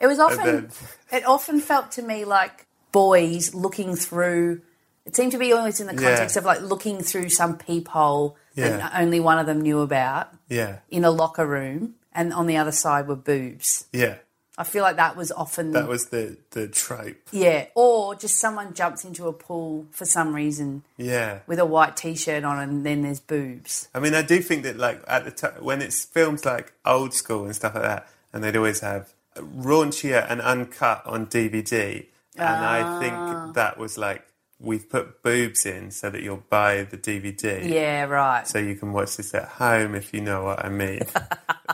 It was then- often. It often felt to me like boys looking through. It seemed to be always in the Yeah. context of like looking through some peephole Yeah. that only one of them knew about Yeah, in a locker room, and on the other side were boobs. yeah. I feel like that was often That was the the trope. yeah, or just someone jumps into a pool for some reason Yeah. with a white t-shirt on, and then there's boobs. I mean, I do think that like at the time when it's films like old school and stuff like that, and they'd always have raunchier and uncut on DVD, and I think that was like we've put boobs in so that you'll buy the DVD, Yeah, right. so you can watch this at home if you know what I mean.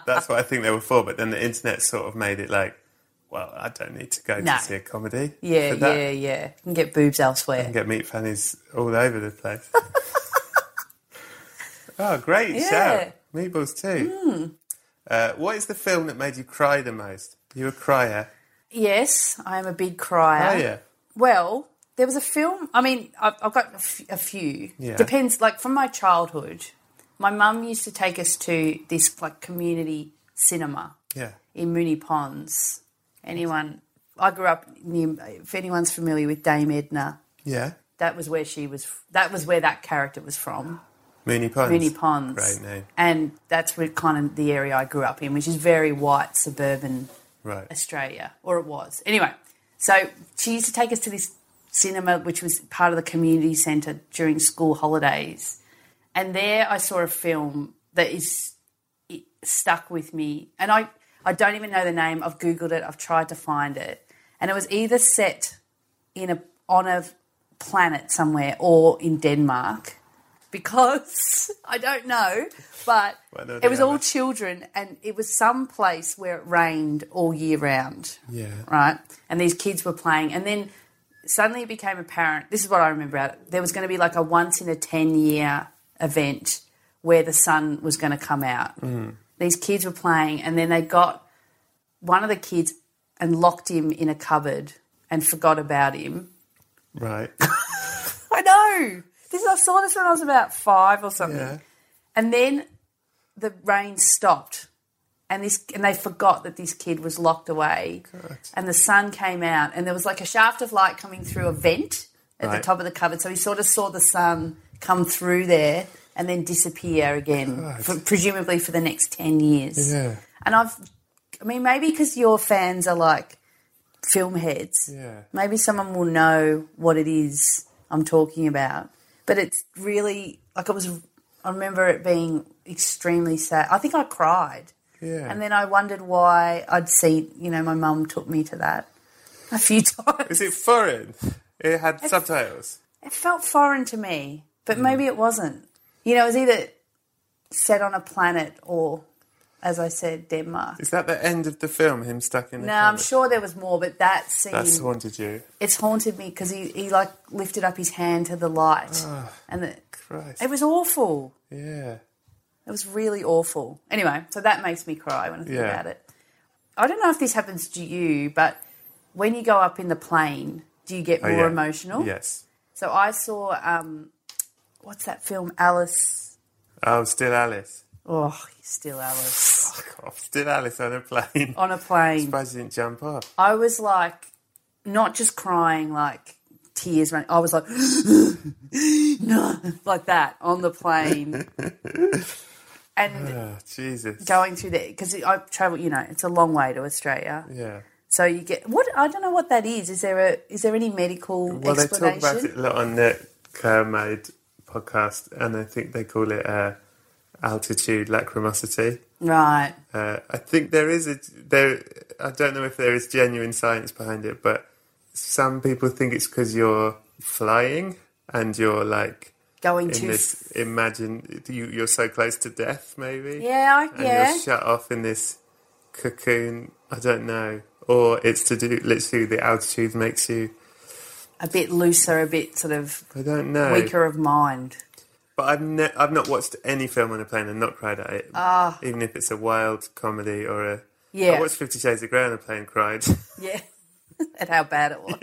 That's what I think they were for. But then the internet sort of made it like, well, I don't need to go No. to see a comedy. yeah, for that. yeah, yeah. You can get boobs elsewhere. Get meat fannies all over the place. oh, great Yeah. Hmm. shout. Meatballs too. Uh, what is the film that made you cry the most? You a crier? Yes, I am a big crier. Oh, yeah. Well, there was a film. I mean, I've, I've got a, f- a few. Yeah. Depends. Like from my childhood, my mum used to take us to this like community cinema Yeah. in Mooney Ponds. Anyone? I grew up near. If anyone's familiar with Dame Edna, Yeah. that was where she was. That was where that character was from. Mooney Ponds. Mooney Ponds. Great name. And that's where kind of the area I grew up in, which is very white suburban Right. Australia, or it was. Anyway, so she used to take us to this cinema, which was part of the community centre during school holidays. And there I saw a film that is it stuck with me. And I, I don't even know the name. I've Googled it, I've tried to find it. And it was either set in a, on a planet somewhere or in Denmark because I don't know, but Well, no, it was they all haven't. children and it was some place where it rained all year round. Yeah. Right? And these kids were playing and then suddenly it became apparent this is what I remember about it. There was going to be like a once in a 10 year event where the sun was going to come out. These kids were playing and then they got one of the kids and locked him in a cupboard and forgot about him. Right. I know. This is, I saw this when I was about five or something. Yeah. And then the rain stopped, and this and they forgot that this kid was locked away. And the sun came out, and there was like a shaft of light coming through a vent at Right. the top of the cupboard. So he sort of saw the sun come through there and then disappear again, for, presumably for the next ten years. Yeah. And I've, I mean, maybe because your fans are like film heads, Yeah. maybe someone will know what it is I'm talking about. But it's really like I was. I remember it being extremely sad. I think I cried, Yeah. and then I wondered why I'd seen. You know, my mum took me to that a few times. Is it foreign? It had subtitles. It felt foreign to Mm. me, but maybe it wasn't. You know, it was either set on a planet or as I said, Denmark. Is that the end of the film? Him stuck in the No, I'm cupboard? sure there was more, but that scene That's haunted you. it's haunted me because he, he like lifted up his hand to the light, and the, Christ. it was awful. Yeah. It was really awful. Anyway, so that makes me cry when I think Yeah. about it. I don't know if this happens to you, but when you go up in the plane, do you get Oh, more yeah. emotional? Yes. So I saw um, what's that film, Alice? Oh, still Alice. Oh, still Alice Fuck off. Still Alice on a plane. on a plane. Oh. Surprised you didn't jump off. I was like, not just crying, like tears running. I was like, no, like that on the plane. and Oh, Jesus. going through there, because I travel, you know, it's a long way to Australia. Yeah. So you get what I don't know what that is. Is there a is there any medical Well, they talk explanation? about it a lot on the Kermode podcast, and I think they call it uh, altitude lacrimosity. Right. Uh, I think there is a there. I don't know if there is genuine science behind it, but some people think it's because you're flying and you're like Going in too this imagine you, you're so close to death, maybe. Yeah, I- and yeah. you're shut off in this cocoon. I don't know, or it's to do literally the altitude makes you. a bit looser, a bit sort of I don't know. weaker of mind. But I've ne- I've not watched any film on a plane and not cried at it. Even if it's a wild comedy or a Ah. Yeah. I watched Fifty Shades of Grey on a plane, cried. Yeah. At how bad it was.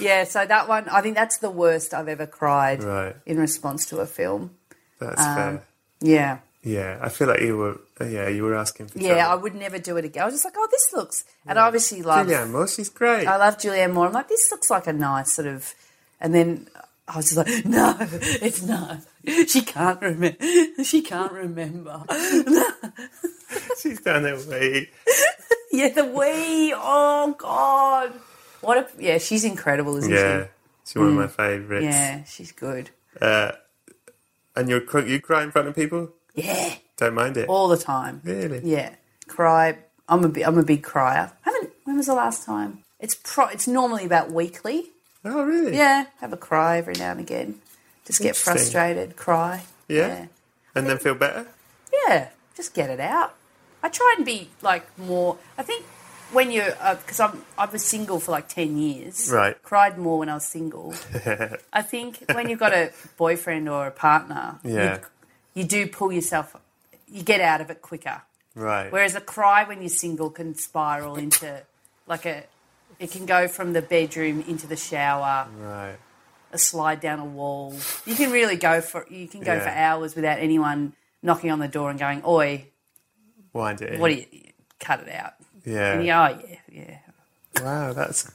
Yeah. so that one I think that's the worst I've ever cried right, in response to a film. that's Um, fair. Yeah. Yeah, I feel like you were. Yeah, you were asking for. Yeah, I trouble. would never do it again. I was just like, oh, this looks. And I obviously love. Julianne Moore, she's great. I love Julianne Moore. I'm like, this looks like a nice sort of. And then I was just like, no, it's no. She can't remember. She can't remember. she's done it way. yeah, the wee. Oh God. What a yeah. She's incredible, isn't Yeah, she's one of my favourites. she? Mm, Yeah, she's good. And you're cr- you cry in front of people. Yeah, Don't mind it. all the time. really? Yeah, cry. I'm a big, I'm a big crier. I haven't. When was the last time? It's pro. It's normally about weekly. Oh, really? Yeah, have a cry every now and again. Just get Interesting. frustrated, cry. Yeah. yeah. And then feel better. yeah, just get it out. I try and be like more. I think when you're because I'm I was single for like ten years. Right. Cried more when I was single. I think when you've got a boyfriend or a partner, Yeah. you, you do pull yourself. You get out of it quicker. Right. Whereas a cry when you're single can spiral into like a. It can go from the bedroom into the shower, right. a slide down a wall. You can really go for you can go Yeah. for hours without anyone knocking on the door and going, "Oi, Wind it. In. what do you cut it out? Yeah. And you, oh yeah, yeah. Wow, that's.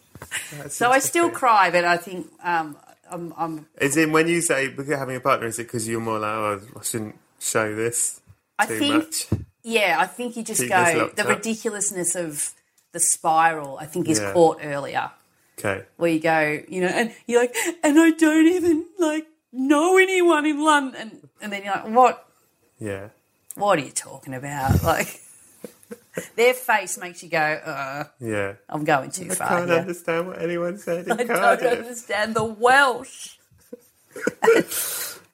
that's So I still interesting. cry, but I think um, I'm, I'm Is in when you say because having a partner, is it because you're more like, oh, I shouldn't show this I too think much? yeah, I think you just Keep this go locked the up. ridiculousness of the spiral. I think is Yeah. caught earlier Okay. where you go, you know, and you're like, and I don't even like know anyone in London, and, and then you're like, what? Yeah. What are you talking about? Like. Their face makes you go, uh, Yeah. I'm going too I far. can't here. understand what anyone said I in don't Cardiff. understand the Welsh.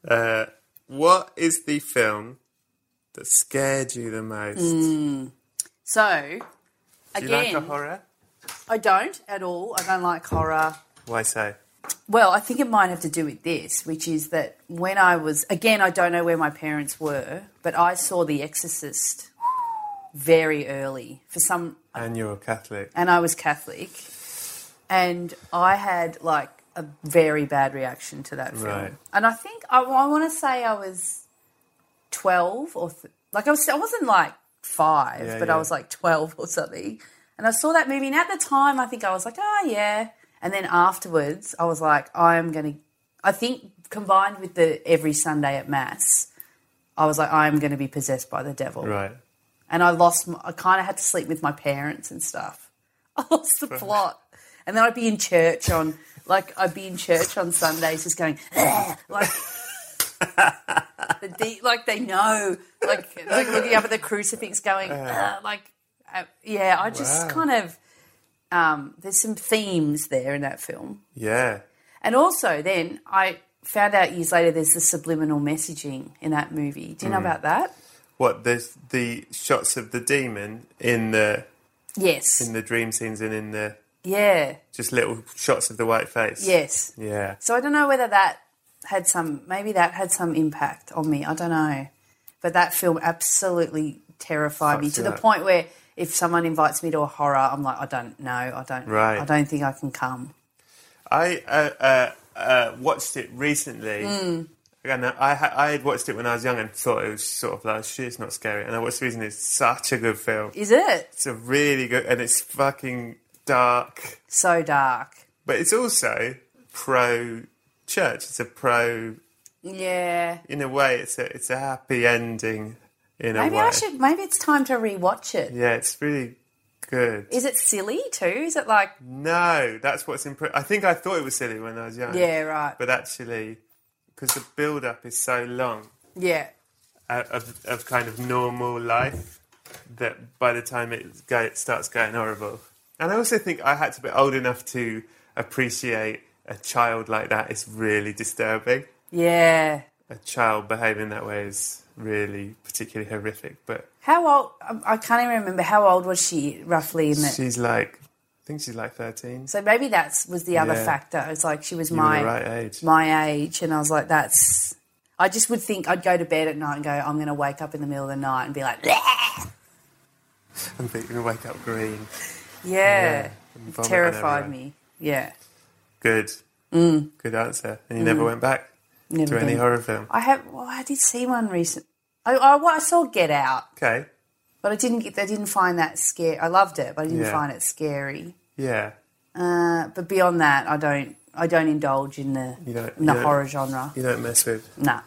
Uh, What is the film that scared you the most? do So, you like Mm. again, a horror? I don't at all. I don't like horror. Why so? Well, I think it might have to do with this, which is that when I was, again, I don't know where my parents were, but I saw The Exorcist very early for some, And you're a Catholic. and I was Catholic, and I had like a very bad reaction to that film. Right. And I think, I, want to say I was 12 or, th- like, I, was, I wasn't like five, Yeah, but yeah. I was like 12 or something. And I saw that movie, and at the time, I think I was like, oh, yeah. And then afterwards, I was like, I'm going to, I think combined with the every Sunday at Mass, I was like, I'm going to be possessed by the devil. Right. And I lost, my, I kind of had to sleep with my parents and stuff. I lost the plot. And then I'd be in church on, like, I'd be in church on Sundays just going, "Ugh," like, the deep, like they know, like, like looking up at the crucifix going, "Ugh," like, uh, yeah, I just Wow. kind of, um, there's some themes there in that film. Yeah. And also, then Hmm. I found out years later there's the subliminal messaging in that movie. Do you know about that? what the the shots of the demon in the Yes. in the dream scenes and in the Yeah. just little shots of the white face. Yes. Yeah. So I don't know whether that had some, maybe that had some impact on me. I don't know. But that film absolutely terrified me Fucks to you the up. point where if someone invites me to a horror, I'm like, I don't know. I don't, Right. I don't think I can come. I uh, uh, uh, watched it recently. Mm. And I, ha- I had watched it when I was young and thought it was sort of like, shit, it's not scary. And I watched the reason it's such a good film. Is it? It's a really good, and it's fucking dark. So dark. But it's also pro church. It's a pro, Yeah. in a way, it's a, it's a happy ending in a Maybe way. I should, maybe it's time to rewatch it. Is Yeah, it's really good. it silly too? Is it like, No, that's what's impressive. I think I thought it was silly when I was young. yeah, right. But actually, because the build up is so long. Yeah. out of, of kind of normal life that by the time it, go, it starts going horrible. And I also think I had to be old enough to appreciate a child like that is really disturbing. Yeah. A child behaving that way is really particularly horrific. But How old? I- I can't even remember. How old was she roughly in that? she's like, I think she's like 13. So maybe that was the other Yeah. factor. It's like she was You were my the right age. my age, and I was like, that's. I just would think I'd go to bed at night and go, I'm going to wake up in the middle of the night and be like, yeah, I'm thinking to wake up green. yeah. and It vomit terrified everywhere. me. Yeah, Good. Good answer. And you never went back Mm. never to any been. horror film. I have. Well, I did see one recent. I, I, well, I saw Get Out, Okay. but I didn't. get- I didn't find that scary. I loved it, but I didn't Yeah. find it scary. Yeah. Uh, but beyond that, I don't. I don't indulge in the You don't- in the you don't- horror genre. You don't mess with. Nah.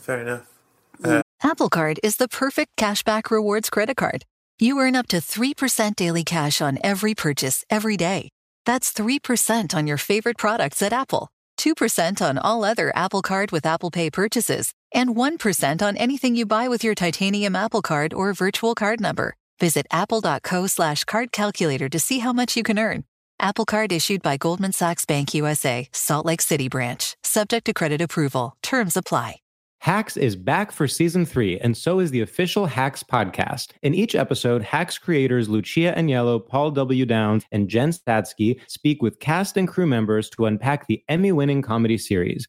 Fair enough. Apple Card is the perfect cashback rewards credit card. You earn up to 3% daily cash on every purchase every day. That's 3% on your favorite products at Apple, 2% on all other Apple Card with Apple Pay purchases, and 1% on anything you buy with your titanium Apple Card or virtual card number. Visit apple.co slash card calculator to see how much you can earn. Apple Card issued by Goldman Sachs Bank USA, Salt Lake City branch, subject to credit approval. Terms apply. Hacks is back for season three, and so is the official Hacks podcast. In each episode, Hacks creators Lucia Agnello, Paul W. Downs, and Jen Statsky speak with cast and crew members to unpack the Emmy winning comedy series.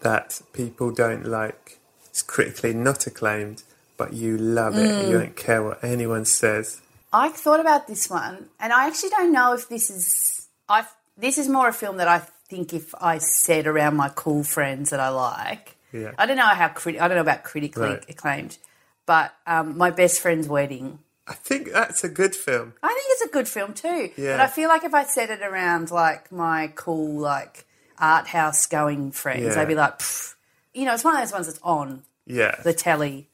that people don't like? It's critically not acclaimed, but you love it. Mm. and You don't care what anyone says. I thought about this one, and I actually don't know if this is. I this is more a film that I think if I said around my cool friends that I like. Yeah. I don't know how crit- I don't know about critically Right. acclaimed, but um, my best friend's wedding. I think that's a good film. I think it's a good film too. Yeah. But I feel like if I said it around like my cool like art house going friends, Yeah. they'd be like, "Pfft." you know, it's one of those ones that's on Yeah. the telly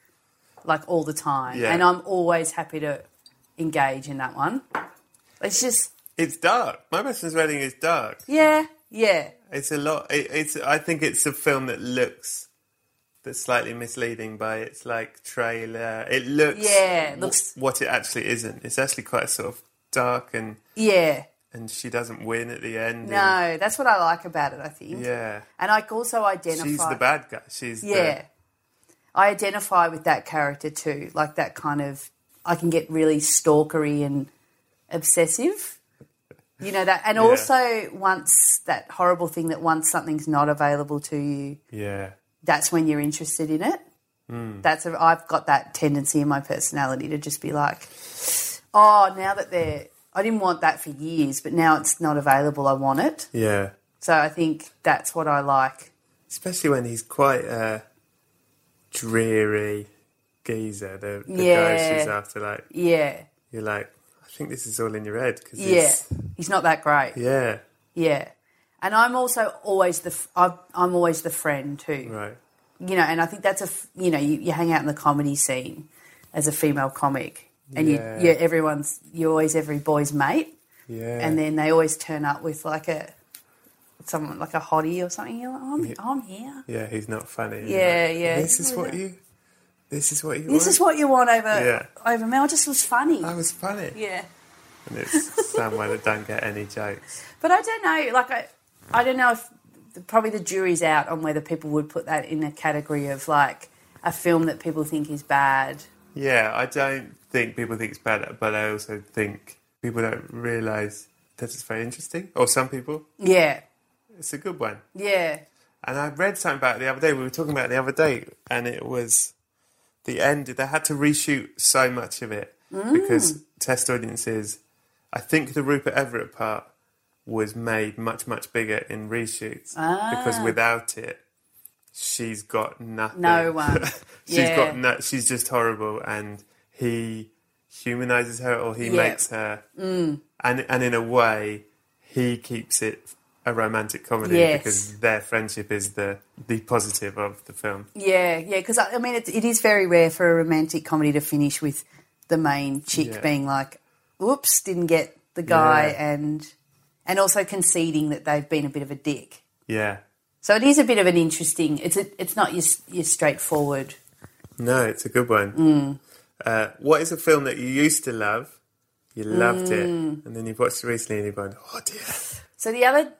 like all the time, Yeah. and I'm always happy to engage in that one. It's just It's dark. My best friend's wedding is dark. Yeah, yeah, It's a lot. It, it's. I think it's a film that looks that's slightly misleading by its like trailer. It looks Yeah, it looks- what it actually isn't. It's actually quite sort of dark and yeah. and she doesn't win at the end. and- No, that's what I like about it. I think. yeah. And I also identify. She's the bad guy. She's the- Yeah, I identify with that character too. Like that kind of, I can get really stalkery and obsessive. You know that, and also once that horrible thing that once something's not available to you, yeah. that's when you're interested in it. Hmm. That's a, I've got that tendency in my personality to just be like, oh, now that they're, I didn't want that for years, but now it's not available. I want it. Yeah. So I think that's what I like. Especially when he's quite a dreary geezer, the, the guy Yeah. she's after. Like, Yeah, you're like, I think this is all in your head. Cause yeah. it's- He's not that great. Yeah, Yeah. and I'm also always the, f- I'm, I'm always the friend too. Right. you know, and I think that's a f- you know you, you hang out in the comedy scene as a female comic, and Yeah. you, you're everyone's you're always every boy's mate, Yeah. and then they always turn up with like a someone like a hottie or something. You're like, I'm I'm here. yeah, he's not funny. You're Yeah, yeah, This is people what don't- you. This is what you. This want? is what you want over Yeah. Oh. over me. I just was funny. I was funny. yeah. And it's someone that don't get any jokes. But I don't know. Like I, I don't know if probably the jury's out on whether people would put that in a category of like a film that people think is bad. Yeah, I don't think people think it's better, but I also think people don't realise that it's very interesting. Or some people, Yeah, it's a good one. yeah, And I read something about it the other day. We were talking about it the other day, and it was the end. They had to reshoot so much of it Mm. because test audiences. I think the Rupert Everett part was made much much bigger in reshoots Ah. because without it, she's got nothing. No one. She's Yeah. got no. She's just horrible, and he humanizes her or he Yeah. makes her, and and in a way, he keeps it a romantic comedy Yes. because their friendship is the the positive of the film. yeah, yeah. Because I, I mean, it, it is very rare for a romantic comedy to finish with the main chick Yeah. being like, "Oops, didn't get the guy," Yeah. and and also conceding that they've been a bit of a dick. Yeah. So it is a bit of an interesting. It's a, it's not your s- your straightforward. No, it's a good one. Uh, what is a film that you used to love? You loved it, and then you've watched it recently, and you're going, "Oh dear." So the other,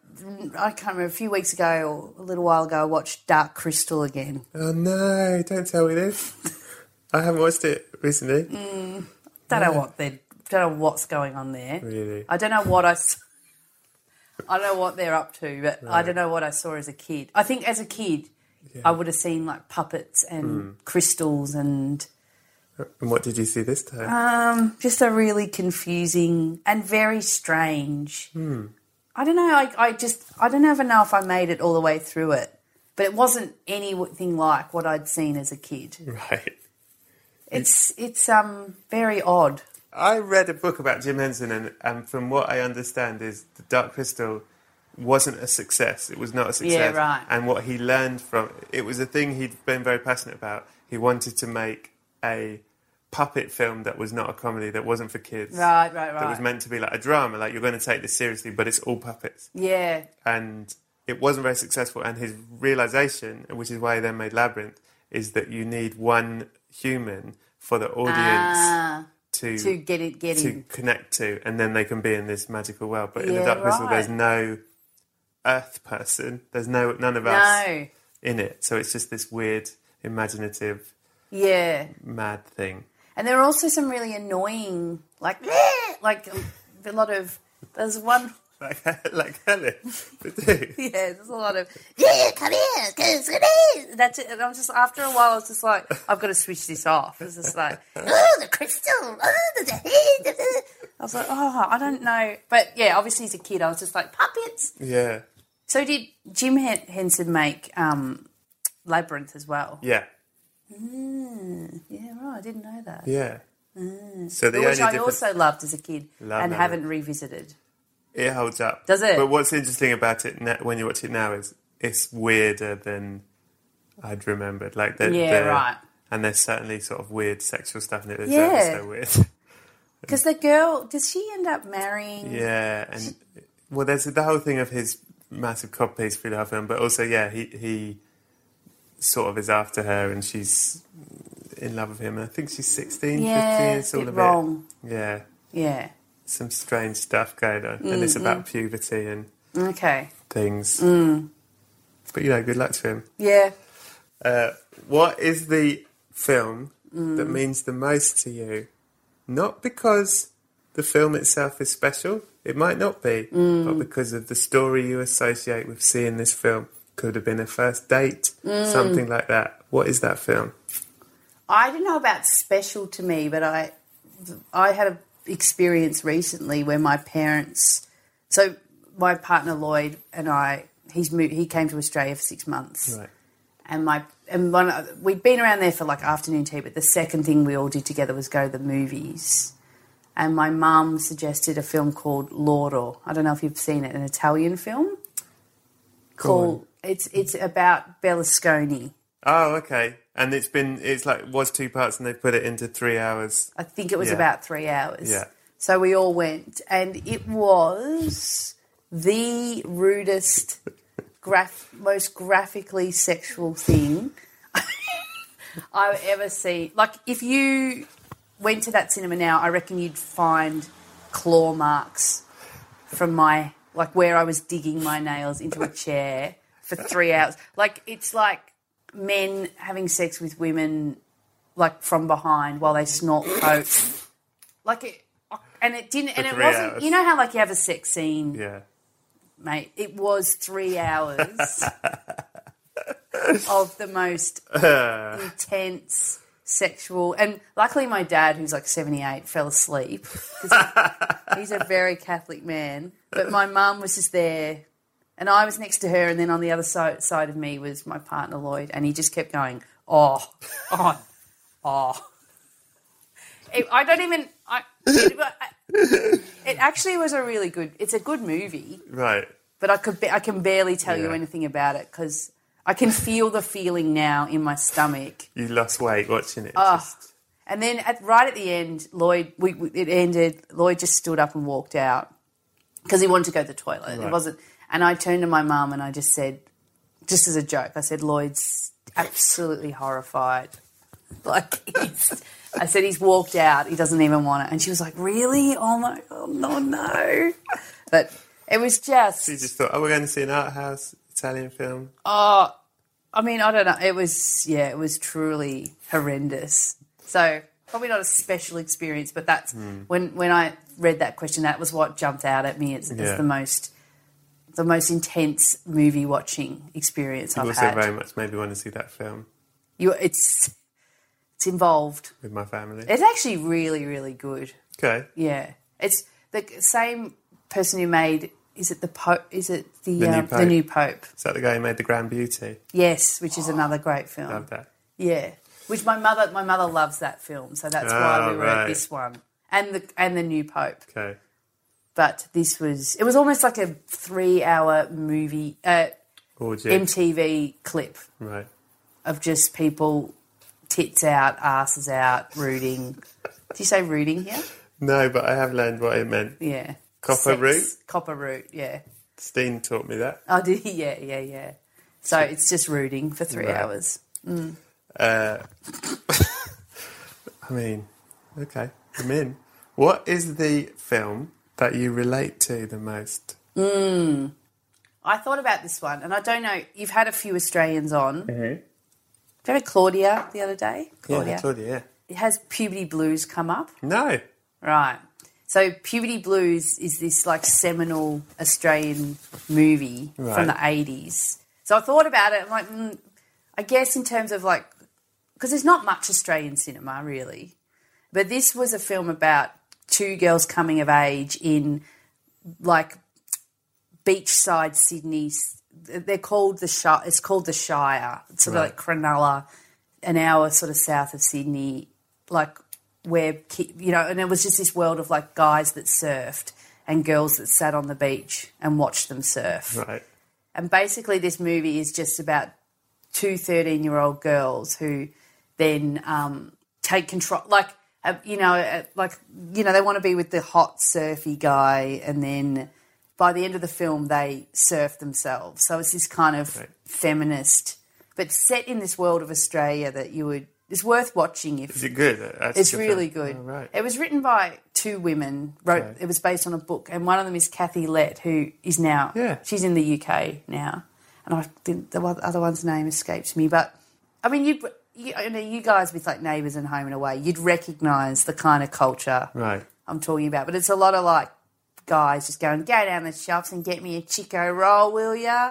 I can't remember, a few weeks ago or a little while ago, I watched Dark Crystal again. Oh no! Don't tell me this. I haven't watched it recently. Don't know what they, don't know what's going on there. Really? I don't know what I, s- I don't know what they're up to, but I don't know what I saw as a kid. I think as a kid, I would have seen like puppets Hmm. and crystals and um, And what did you see this time? Uh, just a really confusing and very strange. Hmm. I don't know. I, I just I don't even know if I made it all the way through it, but it wasn't anything like what I'd seen as a kid. right. It's it's um very odd. I read a book about Jim Henson, and, and from what I understand, is the Dark Crystal wasn't a success. It was not a success. right. And what he learned from it was a thing he'd been very passionate about. He wanted to make a puppet film that was not a comedy, that wasn't for kids, Right, right, that was right. meant to be like a drama. Like you're going to take this seriously, but it's all puppets. Yeah, And it wasn't very successful. And his realization, which is why he then made Labyrinth, is that you need one human for the audience Ah, to to get it get to in. connect to, and then they can be in this magical world. But in the Yeah, Dark Crystal, right. there's no Earth person. There's no none of us No, in it. So it's just this weird, imaginative, yeah, mad thing. and there are also some really annoying like like um, a lot of there's one Like like Helen, but do. Yeah, there's a lot of yeah, come here, come here, come here. That's it. And I'm just after a while, I was just like, I've got to switch this off. It's just like, oh, the crystal, oh, the, the I was like, oh, I don't know, but yeah, obviously as a kid, I was just like puppets. yeah, So did Jim Hen- Henson make um, Labyrinth as well? Hmm, yeah, Yeah, right. I didn't know that. yeah. So the Mm. But Which only I difference also loved as a kid Love and Labyrinth. haven't revisited. it holds up. Does it? But what's interesting about it now, when you watch it now is it's weirder than I'd remembered. Like the, Yeah, the- right. And there's certainly sort of weird sexual stuff in it. That's Yeah. so weird. Because the girl, does she end up marrying? Yeah, and well, there's the whole thing of his massive cod piece through the whole film, but also, yeah, he he sort of is after her, and she's in love with him, and I think she's 16, Yeah, 15. It's all bit a bit wrong. Yeah, Yeah. some strange stuff going on, and it's about puberty and Okay. things. Mm. But you know, good luck to him. Yeah. Uh, what is the film that means the most to you? Not because the film itself is special, it might not be, but because of the story you associate with seeing this film. Could have been a first date, something like that. What is that film? I don't know about special to me, but I I had an experience recently where my parents, so my partner Lloyd and I, he's moved, he came to Australia for six months, Right. and my and one we'd been around there for like afternoon tea, but the second thing we all did together was go to the movies, and my mum suggested a film called Loro. I don't know if you've seen it, an Italian Go film. on. Called it's it's about Berlusconi Oh, okay. And it's been it's like was two parts, and they put it into three hours. I think it was Yeah. about three hours. Yeah. So we all went, and it was the rudest, graph, most graphically sexual thing I've ever seen. Like, if you went to that cinema now, I reckon you'd find claw marks from my, like, where I was digging my nails into a chair for three hours. Like, it's like men having sex with women like from behind while they snort coke. like it, and it didn't, and it three wasn't. hours. You know how like you have a sex scene, Yeah. mate. It was three hours of the most intense sexual. And luckily, my dad, who's like seventy eight, fell asleep 'cause he's a very Catholic man. But my mum was just there. And I was next to her, and then on the other side, side of me was my partner Lloyd, and he just kept going, "Oh, oh, oh." It, I don't even. I, it, it actually was a really good. It's a good movie, Right. but I could. Be, I can barely tell you Yeah. anything about it because I can feel the feeling now in my stomach. You lost weight watching it. Just- And then at, right at the end, Lloyd, we, we, it ended. Lloyd just stood up and walked out because he wanted to go to the toilet. It Right. wasn't. And I turned to my mum and I just said, just as a joke, I said, Lloyd's absolutely horrified. Like, he's, I said, he's walked out. He doesn't even want it. And she was like, really? Oh my God, no, no. But it was just. you just thought, oh, we're going to see an art house Italian film. I mean, I don't know. It was, yeah, it was truly horrendous. So probably not a special experience, but that's Hmm. when when I read that question, that was what jumped out at me as, Yeah. as the most the most intense movie watching experience I've also, had. very much made me want to see that film You, it's it's involved. with my family. It's actually really, really good. okay. Yeah, it's the same person who made. Is it the pope? Is it the The New uh, the Pope. new pope? Is that the guy who made The Grand Beauty? Yes, which is another great film. Love that. Yeah, which my mother my mother loves that film, so that's why Ah, we were at right. this one and the and the new pope. Okay. But this was it was almost like a three hour movie uh, Orgy. MTV clip right. of just people tits out, asses out, rooting. Did you say rooting here? No, but I have learned what it meant. Yeah. Copper root? Copper root. Yeah. Steen taught me that. Oh, did he? Yeah, yeah, yeah. So it's just rooting for three Right. hours. Uh, I mean, okay, I'm in. What is the film that you relate to the most? I thought about this one, and I don't know. You've had a few Australians on. Mm-hmm. you have Claudia the other day? Claudia. Yeah, Claudia, yeah. It has puberty blues come up, Oh, No. right? So puberty blues is this like seminal Australian movie Right. from the eighties. So I thought about it. I'm like, mm, I guess in terms of like, because there's not much Australian cinema really, but this was a film about two girls coming of age in like beachside Sydney. They're called the Shire. It's called the Shire, It's sort of like Cronulla, an hour sort of south of Sydney, like where ki- you know. And it was just this world of like guys that surfed and girls that sat on the beach and watched them surf. Right. And basically, this movie is just about two 13 year old girls who then um, take control, like, uh, you know, uh, like, you know, they want to be with the hot surfy guy. And then by the end of the film, they surf themselves. So it's this kind of Right. feminist, but set in this world of Australia that you would, it's worth watching if Is it good? That's it's your really film. good. Oh, right. It was written by two women. Wrote Okay. it was based on a book, and one of them is Kathy Lett, who is now Yeah. she's in the UK now, and I think the one- other one's name escapes me. But I mean, you you, you know, you guys with like neighbours and home and away, you'd recognise the kind of culture Right. I'm talking about. But it's a lot of like guys just going, go down the shops and get me a Chico roll, will ya?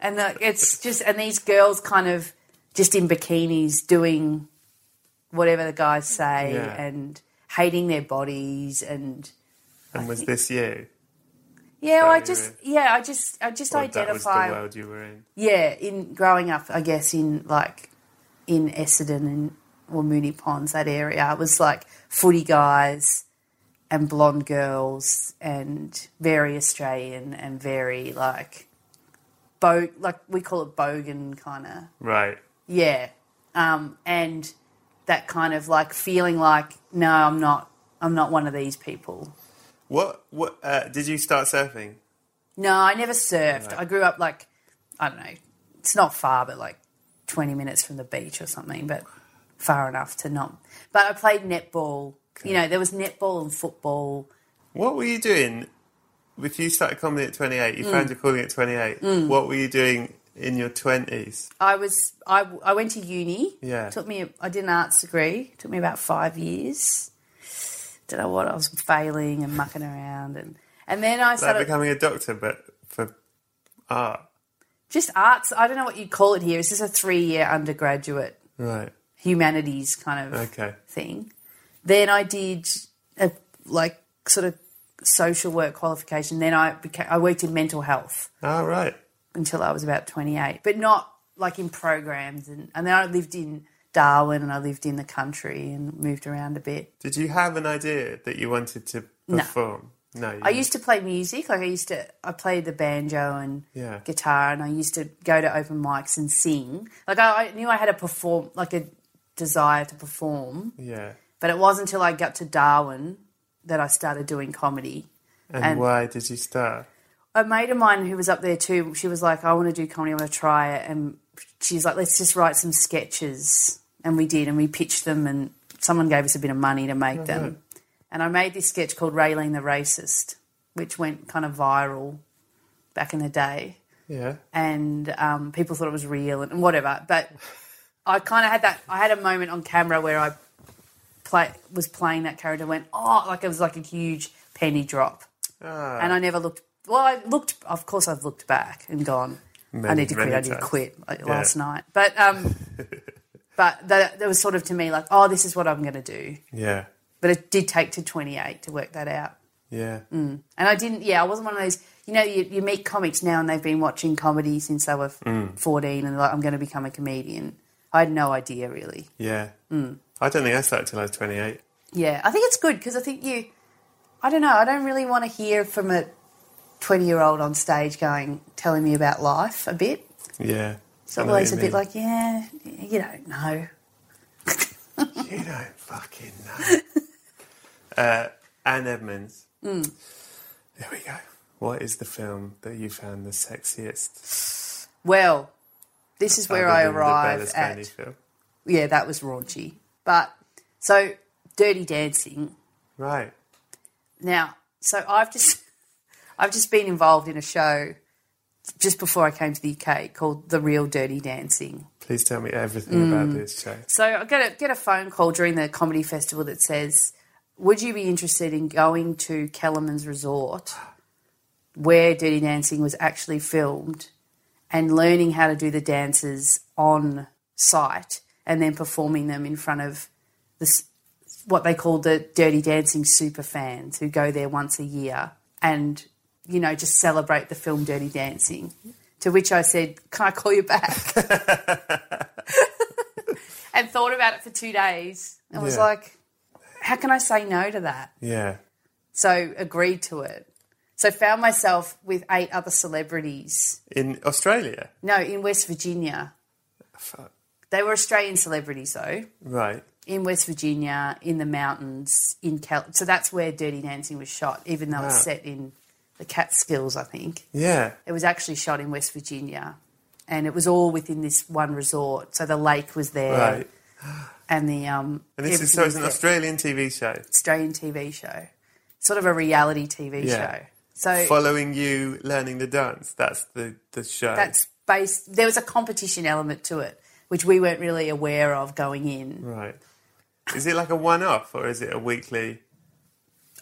And the, it's just, and these girls kind of just in bikinis doing whatever the guys say Yeah. and hating their bodies and. And was this you? Yeah, I So, just yeah, I just I just Or that was the identify world you were in. yeah, in growing up, I guess in like in Essendon and or Mooney Ponds that area, it was like footy guys and blonde girls and very Australian and very like bo like we call it bogan kind of Right. Yeah. Um, and that kind of like feeling like, no, I'm not, I'm not one of these people. What? What? Uh, did you start surfing? No, I never surfed. I grew up like, I don't know, it's not far, but like 20 minutes from the beach or something, but far enough to not. But I played netball. You know, there was netball and football. What were you doing? If you started comedy at 28, you Mm. found your calling at 28. What were you doing in your 20s? I was I, I went to uni. Yeah. Took me I did an arts degree. Took me about five years. Don't know what I was failing and mucking around and and then I Like started becoming a doctor, but for art. just arts. I don't know what you'd call it here. It's just a three year undergraduate Right. humanities kind of Okay. thing. Then I did a like sort of social work qualification. Then I became I worked in mental health. All right. until I was about 28, but not like in programs. And, and then I lived in Darwin and I lived in the country and moved around a bit. Did you have an idea that you wanted to perform? No. you I used to play music, like I used to, I played the banjo and Yeah. guitar and I used to go to open mics and sing. Like I, I knew I had a perform, like a desire to perform, Yeah. but it wasn't until I got to Darwin that I started doing comedy. And, And- why did you start? a mate of mine who was up there too, she was like, I want to do comedy, I want to try it. And she's like, let's just write some sketches. And we did, and we pitched them, and someone gave us a bit of money to make them. And I made this sketch called Raylene the Racist, which went kind of viral back in the day. Yeah. And um, people thought it was real and whatever. But I kind of had that, I had a moment on camera where I play, was playing that character, went, oh, like it was like a huge penny drop Ah, and I never looked. Well, I looked. Of course, I've looked back and gone. I Many, need to quit. many I need to times. quit like, last night. But um, but that, that was sort of to me like, oh, this is what I'm going to do. yeah. But it did take to 28 to work that out. Yeah. And I didn't. Yeah, I wasn't one of those. You know, you, you meet comics now, and they've been watching comedy since they were 14, and they're like, I'm going to become a comedian. I had no idea really. Yeah. Mm. I don't think I started till I was 28. Yeah, I think it's good because I think you. I don't know. I don't really want to hear from a twenty-year-old on stage going telling me about life a bit. Yeah. It's always a bit like, yeah, you don't know. You don't fucking know. uh, Anne Edmonds. Hmm. There we go. What is the film that you found the sexiest? Well, this is where other I than the arrive Berlusconi at. Film? Yeah, that was raunchy, but so Dirty Dancing. Right. Now, so I've just I've just been involved in a show just before I came to the UK called The Real Dirty Dancing. Please tell me everything Hmm. about this show. So I get a get a phone call during the comedy festival that says, "Would you be interested in going to Kellerman's Resort, where Dirty Dancing was actually filmed, and learning how to do the dances on site, and then performing them in front of this what they call the Dirty Dancing super fans who go there once a year and you know just celebrate the film Dirty Dancing." To which I said, "Can I call you back?" and thought about it for two days and was Yeah. like, how can I say no to that? Yeah. So agreed to it. So found myself with eight other celebrities. In Australia. No, in West Virginia. Fuck. They were Australian celebrities though. Right. In West Virginia, in the mountains, in Cal. So that's where Dirty Dancing was shot, even though Wow. it's set in the Catskills, I think. Yeah. It was actually shot in West Virginia, and it was all within this one resort. So the lake was there, Right. and the um. And this is everything so it's was an there. Australian TV show Australian TV show, sort of a reality TV Yeah. show. So following you learning the dance. That's the the show. that's based. There was a competition element to it, which we weren't really aware of going in. right. Is it like a one off or is it a weekly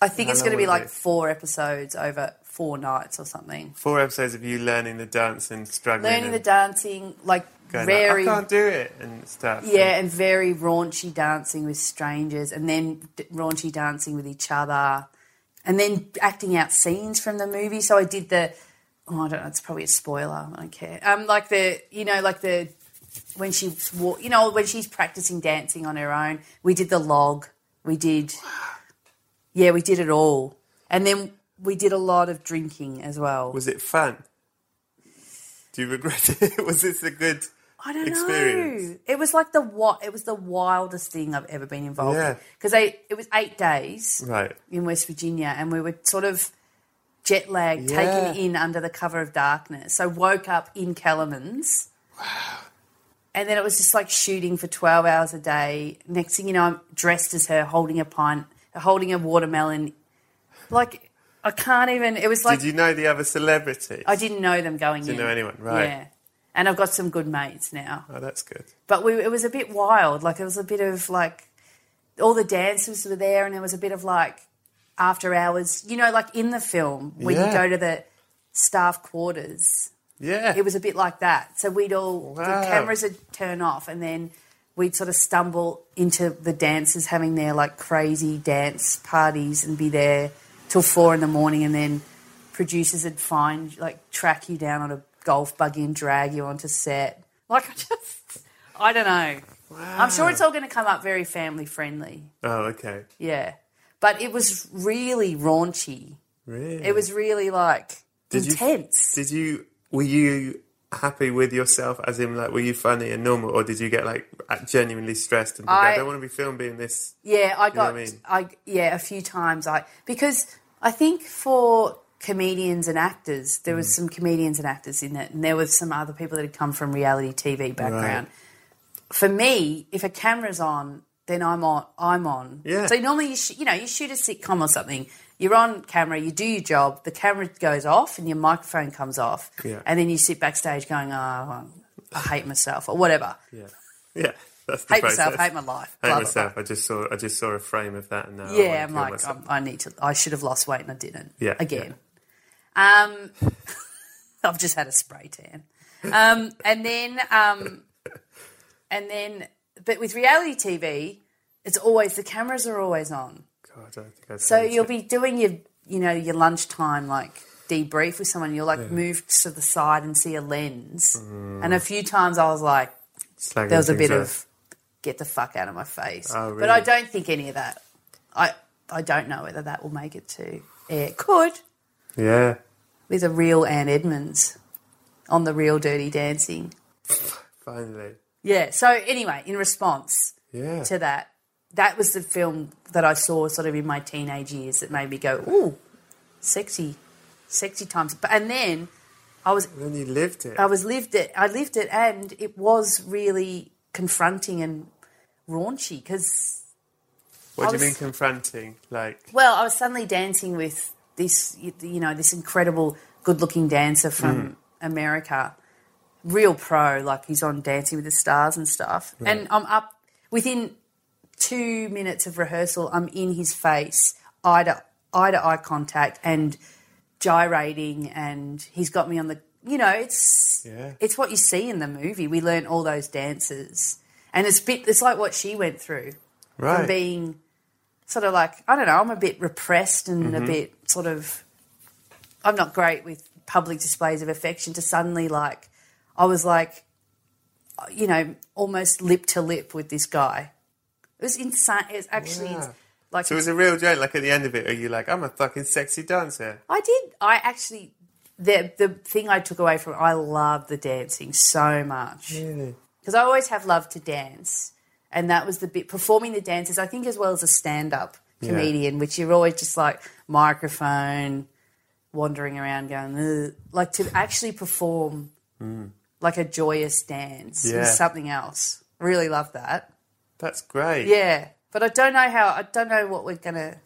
I think How it's long going to be was like it? four episodes over four nights or something. four episodes of you learning the dance and struggling? Learning the and dancing, like going like, very I can't do it and stuff. yeah, and very raunchy dancing with strangers, and then d- raunchy dancing with each other, and then acting out scenes from the movie. So I did the. Oh, I don't know. It's probably a spoiler. I don't care. Um, like the you know, like the when she wa- you know, when she's practicing dancing on her own. We did the log. We did. Yeah, we did it all, and then we did a lot of drinking as well. Was it fun? Do you regret it? Was this a good I don't experience? know. It was like the what? It was the wildest thing I've ever been involved Yeah. in because they it was eight days Right. in West Virginia, and we were sort of jet lagged, Yeah. taken in under the cover of darkness. So woke up in Kellerman's. Wow. And then it was just like shooting for twelve hours a day. Next thing you know, I'm dressed as her, holding a pint, holding a watermelon. Like I can't even. It was like Did you know the other celebrities? I didn't know them going in. Didn't know anyone, right. Yeah. And I've got some good mates now. Oh, that's good. But we, it was a bit wild. Like, it was a bit of like, all the dancers were there, and there was a bit of like after hours, you know, like in the film, when Yeah. you go to the staff quarters, Yeah. it was a bit like that. So we'd all, Wow. the cameras would turn off, and then we'd sort of stumble into the dancers having their like crazy dance parties and be there till four in the morning, and then producers would find, like, track you down on a golf buggy and drag you onto set. Like, I just, I don't know. I'm sure it's all going to come up very family friendly. Oh, okay. Yeah. But it was really raunchy. Really? It was really like Hmm. Did you- intense. Did you? Were you happy with yourself? As in, like, were you funny and normal, or did you get like uh, genuinely stressed and think, I, I- don't want to be filmed being this? Yeah, I know what got. I I, mean? yeah, a few times I because I think for comedians and actors, there Mm. was some comedians and actors in it, and there was some other people that had come from reality TV background. For me, if a camera's on, then I'm on. I'm on. Yeah. So normally, you sh- you know, you shoot a sitcom or something. You're on camera. You do your job. The camera goes off, and your microphone comes off. Yeah. And then you sit backstage going, "Oh, well, I hate myself" or whatever. Yeah. Yeah. That's the Hate myself. process. Hate my life. Hate blah, blah, myself. I just saw. I just saw a frame of that, and now I wanna Yeah, I'm kill like, myself. I'm, I need to. I should have lost weight and I didn't. Yeah, again. Um, I've just had a spray tan, um, and then, um, and then, but with reality TV, it's always the cameras are always on. God, I think I'd So change you'll it. be doing your, you know, your lunchtime like debrief with someone. You'll like move to the side and see a lens. Mm. And a few times I was like, Slagging there was a things bit off. of get the fuck out of my face. Oh, But I really? don't think any of that. I I don't know whether that will make it to air. Could Yeah. with a real Anne Edmonds on the real Dirty Dancing. Finally. Yeah. So anyway, in response Yeah. to that, that was the film that I saw sort of in my teenage years that made me go, ooh, sexy, sexy times. But and then I was Then you lived it. I was lived it. I lived it, and it was really confronting and raunchy because what do was- you mean confronting? Like, well, I was suddenly dancing with this, you know, this incredible, good-looking dancer from America, real pro. Like he's on Dancing with the Stars and stuff. And I'm up within two minutes of rehearsal. I'm in his face, eye to eye to eye contact, and gyrating. And he's got me on the. You know, it's Yeah. it's what you see in the movie. We learn all those dances, and it's bit. It's like what she went through right. from being sort of like I don't know, I'm a bit repressed and Mm-hmm. a bit sort of I'm not great with public displays of affection to suddenly like I was like you know, almost lip to lip with this guy. It was insane. It's actually Wow. like so it was a real joke. Like at the end of it, are you like, I'm a fucking sexy dancer? I did. I actually the the thing I took away from it, I love the dancing so much because I always have loved to dance, and that was the bit performing the dances. I think as well as a stand up comedian, which you're always just like microphone wandering around going "Ugh." like to actually perform like a joyous dance Yeah. was something else. Really love that. That's great. Yeah. But I don't know how, I don't know what we're going to.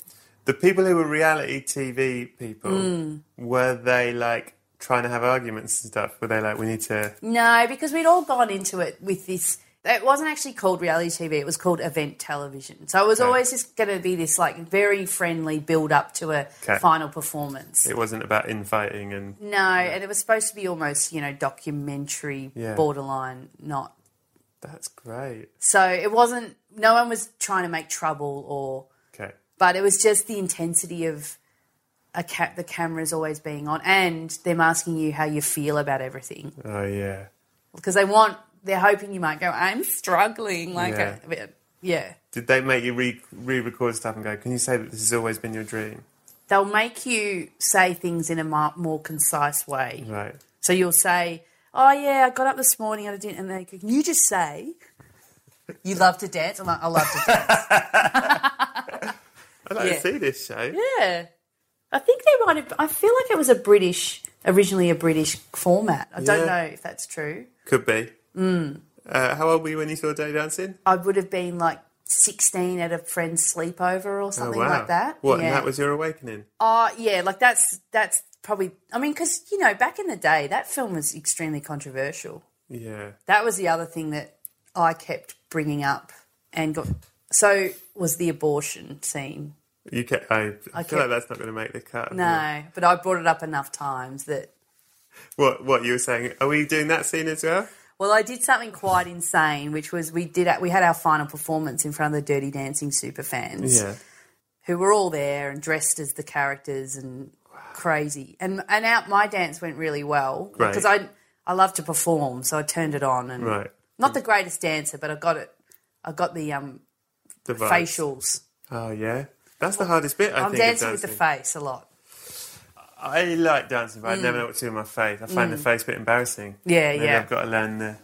The people who were reality TV people, Hmm. were they like trying to have arguments and stuff? Were they like, we need to? No, because we'd all gone into it with this. It wasn't actually called reality TV. It was called event television. So it was Okay. always just going to be this like very friendly build up to a Okay. final performance. It wasn't about infighting and no, and it was supposed to be almost you know documentary, Yeah. borderline not. that's great. So it wasn't. No one was trying to make trouble or Okay. but it was just the intensity of a ca- the cameras always being on and them asking you how you feel about everything Oh yeah. because they want they're hoping you might go i'm struggling like Yeah. yeah, yeah. Did they make you re re-record stuff and go? Can you say that this has always been your dream? they'll make you say things in a mo- more concise way Right. so you'll say oh yeah, I got up this morning and I didn't. And they go, you just say you love to dance. I'm like, I love to dance. I don't Yeah. see this show. yeah, I think they might have. I feel like it was a British, originally a British format. I Yeah. don't know if that's true. Could be. Hmm. Uh, how old were you when you saw Day Dancing? I would have been like 16 at a friend's sleepover or something oh, wow. like that. What? Yeah. And that was your awakening? Uh, yeah, like that's that's probably. I mean, because you know, back in the day, that film was extremely controversial. Yeah. That was the other thing that I kept bringing up and got. So was the abortion scene. You ca I, I Okay. feel like that's not going to make the cut. No, but I brought it up enough times that. What? What you were saying? Are we doing that scene as well? Well, I did something quite insane, which was we did we had our final performance in front of the Dirty Dancing super fans. Yeah. who were all there and dressed as the characters and crazy. And and out my dance went really well Great. because I I love to perform, so I turned it on and Right. not the greatest dancer, but I got it. I got the um, The vibes. facials. Oh yeah. That's the hardest bit. I I'm think, of dancing with the face a lot. I like dancing, but I never know what to do with my face. I find the face a bit embarrassing. Mm. Yeah, Maybe yeah. I've got to learn the.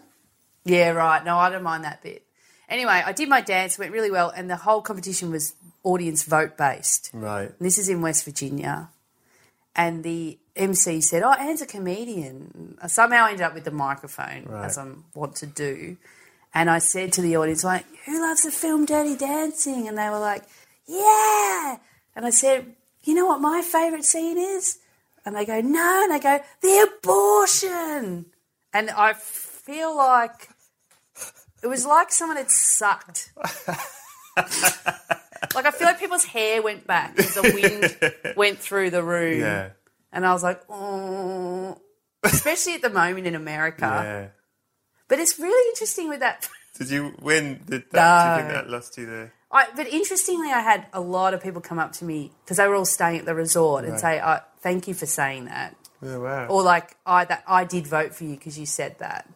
Yeah, right. No, I don't mind that bit. Anyway, I did my dance, went really well, and the whole competition was audience vote based. Right. And This is in West Virginia. And the MC said, Oh, Anne's a comedian. I somehow ended up with the microphone, as I am want to do. And I said to the audience, like, who loves the film Dirty Dancing? And they were like, yeah. And I said, you know what my favourite scene is? And they go, no. And I go, the abortion. And I feel like it was like someone had sucked. like I feel like people's hair went back as the wind went through the room. Yeah. And I was like, oh. Especially at the moment in America. Yeah. But it's really interesting with that. Did you win? Did that, Do you No. think that lost you the? I, but interestingly, I had a lot of people come up to me because they were all staying at the resort and say, oh, "Thank you for saying that," Oh wow. or like, "I that I did vote for you because you said that."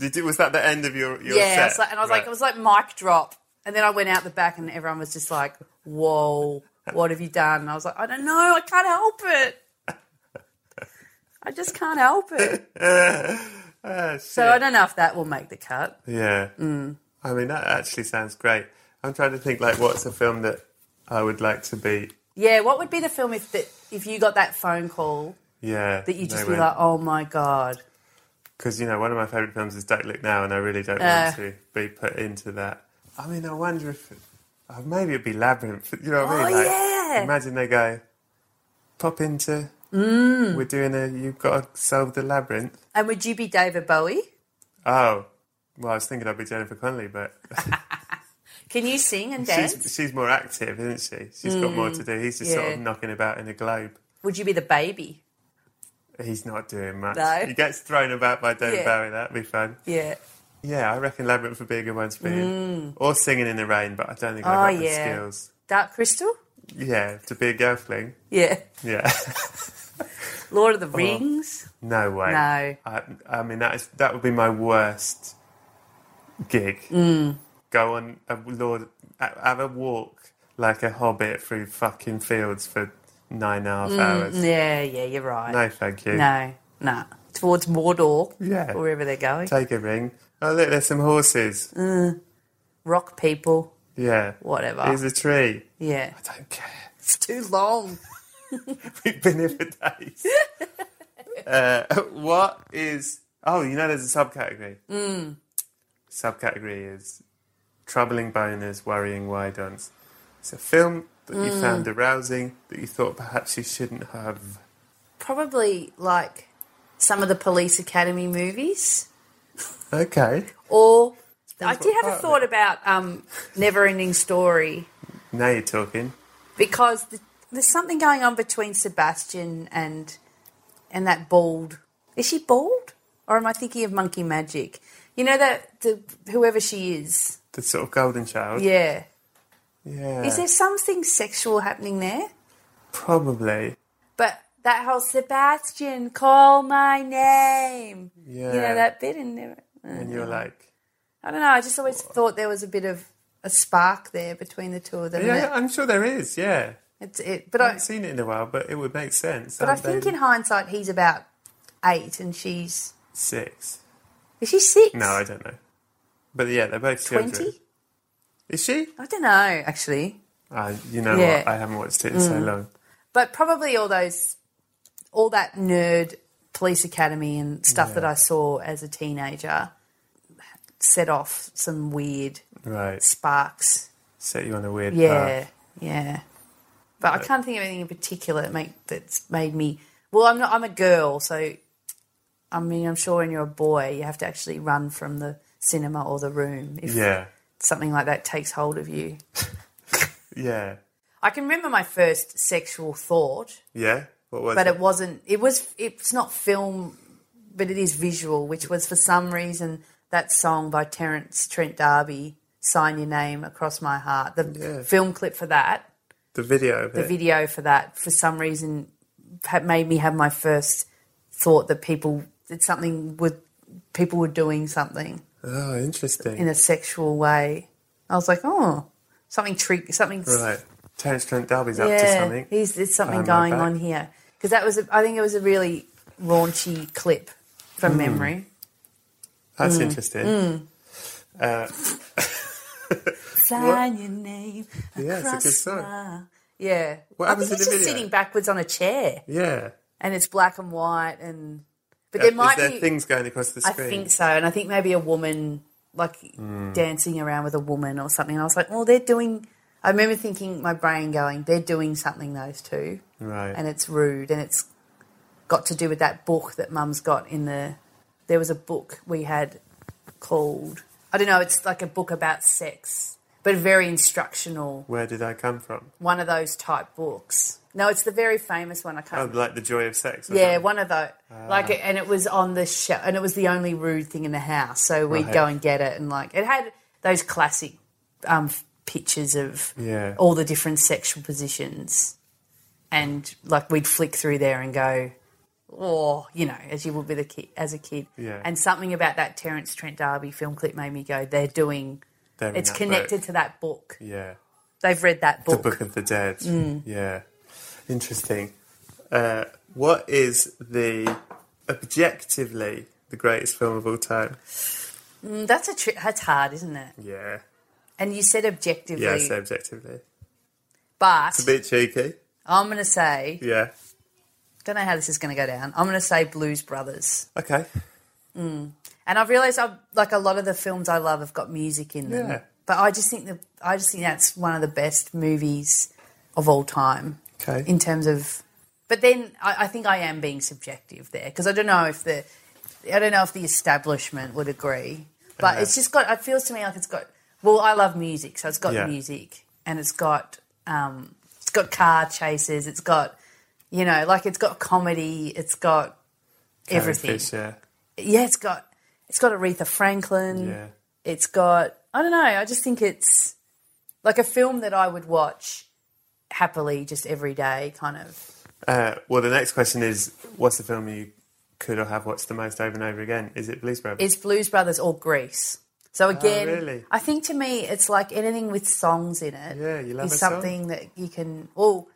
Did you, was that the end of your, your set? yeah, it's like- and I was like, Right. it was like mic drop, and then I went out the back, and everyone was just like, "Whoa, what have you done?" And I was like, "I don't know, I can't help it. I just can't help it." Ah, So shit. I don't know if that will make the cut. Yeah. Mm. I mean, that actually sounds great. I'm trying to think, like, what's a film that I would like to be? Yeah, what would be the film if that if you got that phone call Yeah. that you just be like, "Oh my god." Because, you know, one of my favourite films is Don't Look Now, and I really don't Uh. want to be put into that. I mean, I wonder if. oh, maybe it'd be Labyrinth. You know what I mean? Oh, Like, yeah. Imagine they go, pop into. Mm. We're doing a. You've got to solve the labyrinth. And would you be David Bowie? Oh. Well, I was thinking I'd be Jennifer Connelly, but Can you sing and dance? she's, she's more active, isn't she? She's got more to do. He's just sort Mm. yeah. of knocking about in a globe. Would you be the baby? He's not doing much. No. He gets thrown about by David Yeah. Bowie. That'd be fun. Yeah. Yeah, I reckon Labyrinth would be a good one to be in. Or singing in the rain, but I don't think Oh, I've got Mm. yeah. the skills. Dark Crystal? Yeah, to be a girl fling. Yeah. Yeah. Lord of the Rings? no way. No. I, I mean, that is that would be my worst gig. Mm. Go on, a Lord, ha- have a walk like a hobbit through fucking fields for nine and a half hours. Mm, Yeah, yeah, you're right. No, thank you. No, nah. Towards Mordor. Yeah. Or wherever they're going. Take a ring. Oh, look, there's some horses. Mm. Rock people. Yeah. Whatever. Here's a tree. Yeah. I don't care. It's too long. We've been here for days. uh, what is? Oh, you know, there's a subcategory. Hmm. Subcategory is troubling boners, worrying why don'ts. It's a film that Hmm. you found arousing that you thought perhaps you shouldn't have. Probably like some of the Police Academy movies. Okay. Or I what did have a part of thought about um, Never Ending Story. Now you're talking. because the, there's something going on between Sebastian and and that bald. Is she bald, or am I thinking of Monkey Magic? You know that the whoever she is, The sort of golden child. yeah. Yeah. Is there something sexual happening there? Probably. But that whole Sebastian, call my name. Yeah. You know that bit in there. And you're like, I don't know. I just always thought there was a bit of a spark there between the two of them. yeah, that I'm sure there is. Yeah. It's it, but I I, haven't seen it in a while, but it would make sense. but I think in hindsight he's about eight and she's six. Is she six? No, I don't know. But yeah, they're both children. 20? Is she? I don't know, actually. Uh, you know Yeah. Mm. what? I haven't watched it in so long. But probably all those, all that nerd police academy and stuff that I saw as a teenager set off some weird Right. sparks. Set you on a weird Yeah, path. yeah. But I can't think of anything in particular that make that's made me. Well, I'm not. I'm a girl, so I mean, I'm sure when you're a boy, you have to actually run from the cinema or the room if Yeah. something like that takes hold of you. Yeah. I can remember my first sexual thought. Yeah. What was but uh, it? it wasn't it was it's not film but it is visual which was for some reason that song by terence trent d'arby sign your name across my heart the film clip for that The video of the it. video for that for some reason had made me have my first thought that people that something would people were doing something oh, interesting. in a sexual way i was like oh something trick something right. Terence Trent D'Arby's up to yeah, something. he's, there's something Behind my going back. on here because that was a, I think it was a really raunchy clip Hmm. from memory. That's mm. interesting. Uh, Sign your name. Yeah, it's a across good song. my- Yeah, What I happens in think he's the just video? sitting backwards on a chair, Yeah. and it's black and white, and but Uh, there might Is there be. things going across the I screen? think so, and I think maybe a woman like dancing around with a woman or something. And I was like, well, they're doing. I remember thinking my brain going, they're doing something those two. Right. and it's rude and it's got to do with that book that mum's got in the there was a book we had called i don't know it's like a book about sex but very instructional Where did I come from? one of those type books no it's the very famous one i Oh, can't like the Ah. joy of sex. or yeah something. one of those like and it was on the show and it was the only rude thing in the house so we'd Right. go and get it and like it had those classic um pictures of Yeah. all the different sexual positions and like we'd flick through there and go or you know as you would with a kid as a kid Yeah. and something about that terence trent d'arby film clip made me go they're doing They're in it's that connected book. to that book Yeah. they've read that book, The Book of the Dead. Mm. Yeah. Interesting. Uh, what is the objectively the greatest film of all time? Mm, that's a tri- that's hard isn't it Yeah. and you said objectively Yeah, I say objectively. but A bit cheeky. i'm going to say Yeah. don't know how this is going to go down i'm going to say blues brothers Okay. And I've realised I've like a lot of the films I love have got music in them. Yeah. But I just think the I just think that's one of the best movies of all time Okay. in terms of. But then I, I think I am being subjective there because I don't know if the I don't know if the establishment would agree. But it's just got. It feels to me like it's got. Well, I love music, so it's got Yeah. music and it's got um, it's got car chases. It's got you know like it's got comedy. It's got Carrie everything Fisher. yeah, it's got it's got Aretha Franklin. Yeah. It's got I don't know, I just think it's like a film that I would watch happily just every day kind of. Uh, well, the next question is what's the film you could or have watched the most over and over again? Is it Blues Brothers? It's Blues Brothers or Grease. So again, Oh, really? I think to me it's like anything with songs in it. Yeah, you love is a song. something that you can well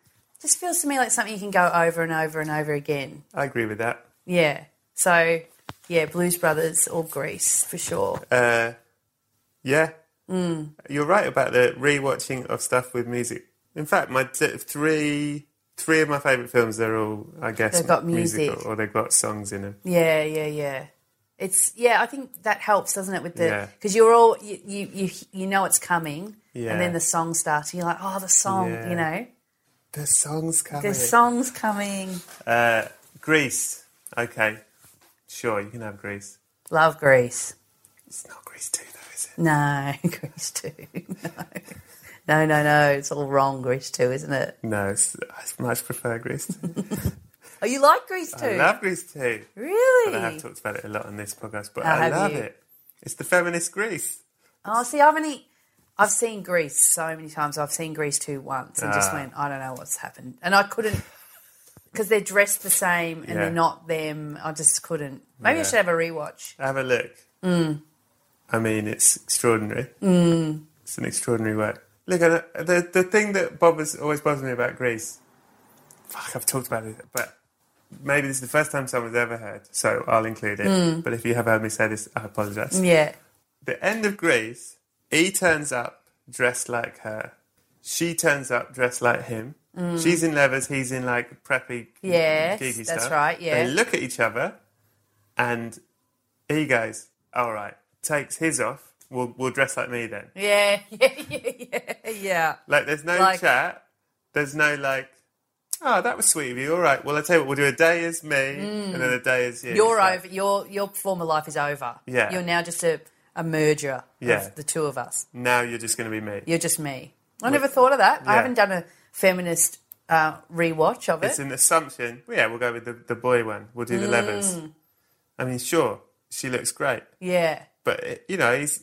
just feels to me like something you can go over and over and over again. I agree with that. Yeah. So yeah, Blues Brothers or Grease for sure. Uh, Yeah. Mm. You're right about the rewatching of stuff with music. In fact, my t- three three of my favourite films they're all I guess They've got music. musical or they've got songs in them. Yeah, yeah, yeah. It's yeah. I think that helps, doesn't it? With the Yeah. because you're all you, you you you know it's coming, Yeah. and then the song starts, and you're like, oh, the song, Yeah. you know, The songs coming. the song's coming. uh, Greece. Okay. Sure, you can have Greece. Love Greece. It's not Greece too though, is it? No, Greece too. No. no, no, no. It's all wrong. Greece too, isn't it? No, it's, I much prefer Greece. Two. Oh, you like Greece too? I love Greece too. But I have really? talked about it a lot on this podcast, but Oh, I have love you? it. It's the feminist Greece. Oh, see, I've only I've seen Greece so many times. I've seen Greece two once and just Ah. went, I don't know what's happened, and I couldn't because they're dressed the same and Yeah. they're not them. I just couldn't. Maybe I Yeah. should have a rewatch. Have a look. I mean, it's extraordinary. It's an extraordinary work. Look, and, uh, the the thing that bothers always bothers me about Greece. Fuck, I've talked about it, but maybe this is the first time someone's ever heard, so I'll include it. But if you have heard me say this, I apologise. Yeah. The end of Grace, he turns up dressed like her. She turns up dressed like him. She's in levers, he's in like preppy, Mm. Yes, geeky that's stuff. right, yeah. They look at each other and he goes, All right, takes his off. We'll, we'll dress like me then. Yeah. Yeah. Yeah. Yeah. yeah. Like, there's no Like- chat. There's no like, oh, that was sweet of you. All right. Well, I tell you what, we'll do a day is me, and then a day is you. Mm. You're It's like, over. Your your former life is over. Yeah. You're now just a, a merger Yeah. of the two of us. Now you're just going to be me. You're just me. I never thought of that. I Yeah. haven't done a feminist uh, rewatch of it. It's an assumption. Well, yeah, we'll go with the, the boy one. We'll do the levers. Mm. I mean, sure, she looks great, yeah. but you know, he's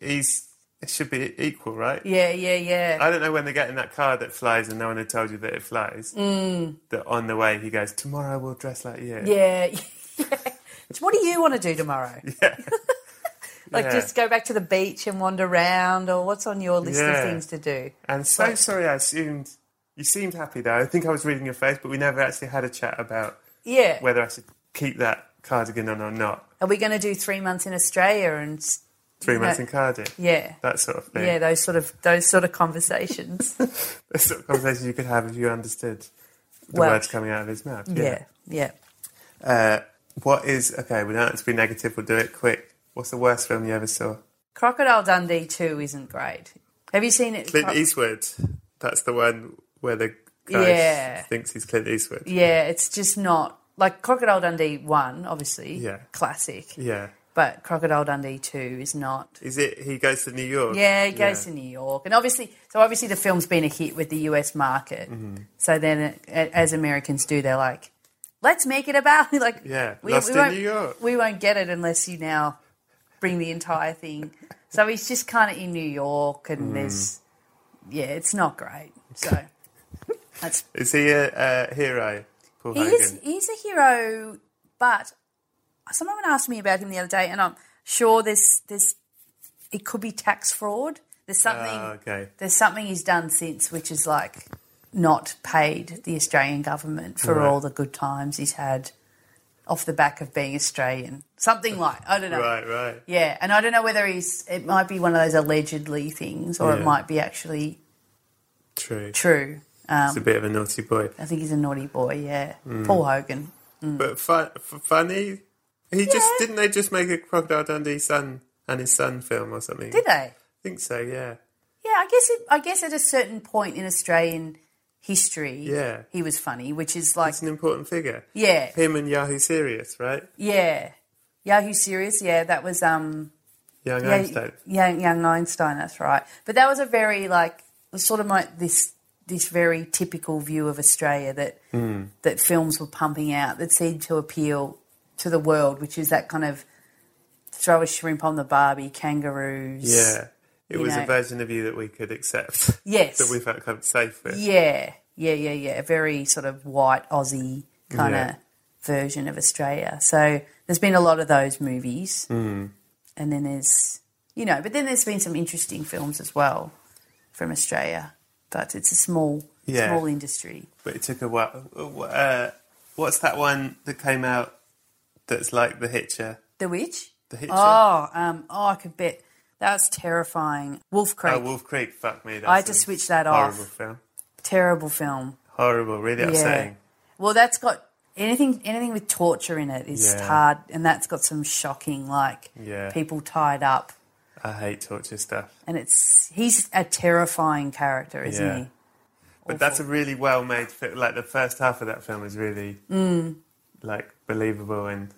he's it should be equal, right? Yeah. Yeah. Yeah. I don't know when they're getting that car that flies, and no one had told you that it flies. That on the way he goes, tomorrow we'll dress like you. Mm. Yeah. yeah. What do you want to do tomorrow? like Yeah. just go back to the beach and wander around or what's on your list Yeah. of things to do? And so sorry, I assumed you seemed happy though. I think I was reading your face, but we never actually had a chat about Yeah. whether I should keep that cardigan on or not. Are we going to do 3 months in Australia and s- Three Yeah. months in Cardiff, yeah. that sort of thing. Yeah, those sort of those sort of conversations. yeah. the sort of conversation you could have if you understood the Well- words coming out of his mouth. yeah. Uh, what is okay? We don't have to be negative. We'll do it quick. What's the worst film you ever saw? Crocodile Dundee 2 isn't great. Have you seen it? Clint Cro- Eastwood. That's the one where the guy Yeah. thinks he's Clint Eastwood. Yeah, it's just not like Crocodile Dundee 1 obviously. Yeah. Classic. Yeah. But Crocodile Dundee 2 is not Is it? He goes to New York. Yeah, it goes to New York, and obviously, so obviously the film's been a hit with the U.S. market. Mm-hmm. So then, it, a- as Americans do, they're like, "Let's make it about like Yeah, Lost in won't New York. we won't get it unless you now bring the entire thing." so he's just kind of in New York, Mm. and there's yeah, it's not great. So that's Is he a uh, hero? Paul he Hogan. is he's a hero, but someone asked me about him the other day, and I'm sure there's there's it could be tax fraud. There's something Oh, okay. there's something he's done since which is like not paid the Australian government for Right. all the good times he's had off the back of being Australian. Something like I don't know. Uh, Right. Right. Yeah, and I don't know whether he's it might be one of those allegedly things or Yeah. it might be actually True. true. Um, He's a Hmm. bit of a naughty boy, I think he's a naughty boy, yeah. Paul Hogan. but fun, f- funny. He just didn't they just make a Crocodile Dundee son and his son film or something? Did they? think so, yeah. Yeah, I guess it, I guess at a certain point in Australian history, Yeah. he was funny, which is like It's an important figure. yeah, Him and Yahoo Serious, right? yeah. Yahoo serious, yeah, that was um Young yeah, Einstein. Young, young Einstein, that's right. But that was a very like was sort of my this this very typical view of Australia that Hmm. that films were pumping out that seemed to appeal to the world, which is that kind of throw a shrimp on the barbie, kangaroos. Yeah. It was know. a version of you that we could accept. Yes. that we felt kind of safe with. Yeah. Yeah, yeah, yeah. A very sort of white Aussie kind of Yeah. version of Australia. So there's been a lot of those movies. Mm. And then there's, you know, but then there's been some interesting films as well from Australia. But it's a small, Yeah. small industry. But it took a while. Uh, what's that one that came out that's like The Hitcher? Oh, The Witch? The Hitcher? Oh, um, oh, I could bet. That's terrifying. Wolf Creek. Oh, Wolf Creek, fuck me. That's I had to a switch that horrible off. film. Terrible film. Horrible, really upsetting. Well, that's got anything anything with torture in it is Yeah. hard, and that's got some shocking like Yeah. people tied up, I hate torture stuff. and it's he's a terrifying character, isn't Yeah. he? But that's a really well made film. Like the first half of that film is really Mm. like believable, and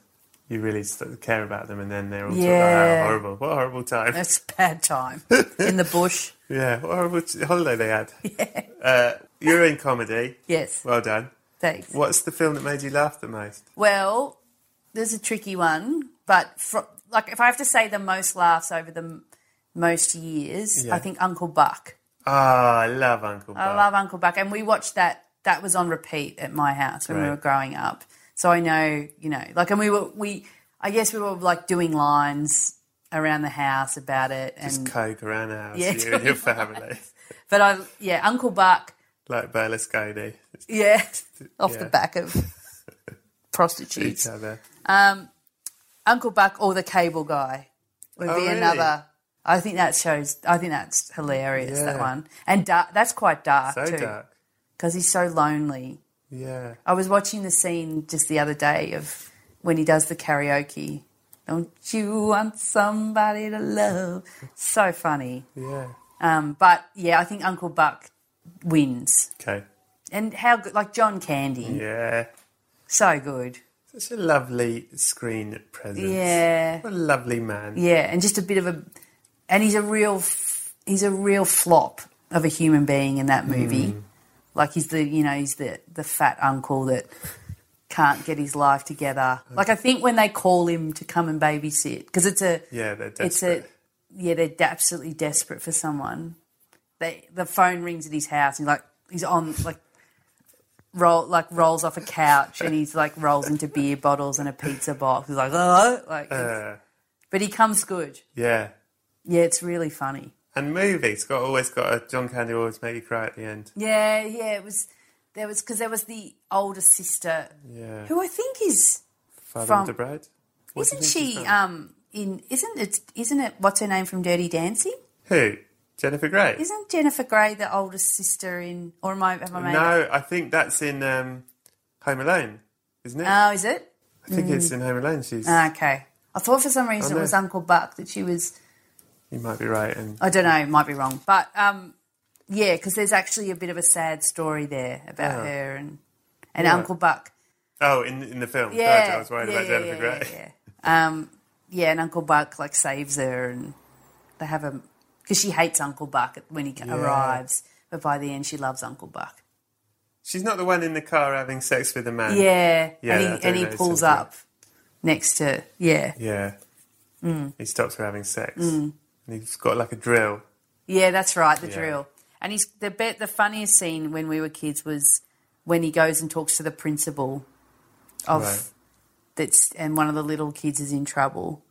you really sort of care about them. And then they're all yeah. Yeah. horrible. What a horrible time! That's a bad time in the bush. yeah, what a horrible t- holiday they had. Uh, you're in comedy. Yes, Well done. thanks. What's the film that made you laugh the most? Well, there's a tricky one, but fro like if I have to say the most laughs over the m- most years, Yeah. I think Uncle Buck. Ah, I love Uncle Bob. I love Uncle Buck, and we watched that. That was on repeat at my house when we Right. were growing up. So I know, you know, like, and we were we. I guess we were like doing lines around the house about it, Just and coke around the house, Yeah, you and your family. but I yeah, Uncle Buck, like Berlusconi. yeah, off Yeah. the back of prostitutes. Each other. Um, Uncle Buck or the Cable Guy would Oh, be really? another. I think that shows. I think that's hilarious. That Yeah. one and da- that's quite dark So too, dark. because he's so lonely. Yeah. I was watching the scene just the other day of when he does the karaoke. Don't you want somebody to love? So funny. Yeah. Um, but yeah, I think Uncle Buck wins. Okay. And how good, like John Candy, Yeah. so good. Such a lovely screen presence. Yeah. What a lovely man. Yeah, and just a bit of a, and he's a real, f- he's a real flop of a human being in that movie. Like he's the, you know, he's the the fat uncle that can't get his life together. Like I think when they call him to come and babysit, because it's a, Yeah, they're it's a, desperate. yeah, they're absolutely desperate for someone. They the phone rings at his house. He's like, he's on like. Roll like rolls off a couch and he's like rolls into beer bottles and a pizza box. He's like, oh, like, Uh, but he comes good. yeah. Yeah, it's really funny. And movies got always got a John Candy will always make you cry at the end. Yeah, yeah, it was. There was because there was the older sister Yeah. who I think is Father from- of the Bride. What do you isn't think she she's from? um in isn't it isn't it what's her name from Dirty Dancing? Who? Jennifer Grey. Isn't Jennifer Grey the oldest sister in or am I have I made No, that- I think that's in um, Home Alone, isn't it? Oh, Mm. is it? Ah, I think it's in Home Alone. She's. Okay. I thought for some reason Oh, it no. was Uncle Buck that she was you might be right. And I don't know, might be wrong. But um yeah, because there's actually a bit of a sad story there about Yeah. her and and Oh. Yeah. Uncle Buck. oh, in in the film. Gotcha, I was worried about Jennifer yeah, Grey. yeah, yeah. Um, yeah, and Uncle Buck like saves her, and they have a because she hates Uncle Buck when he arrives, but by the end she loves Uncle Buck. She's not the one in the car having sex with the man. Yeah, Yeah, I and don't he, and he know, it's pulls something. up next to yeah, Yeah. He stops her having sex. And he's got like a drill. yeah, that's right, the Yeah. drill. And he's the bet the funniest scene when we were kids was when he goes and talks to the principal of Right. that's and one of the little kids is in trouble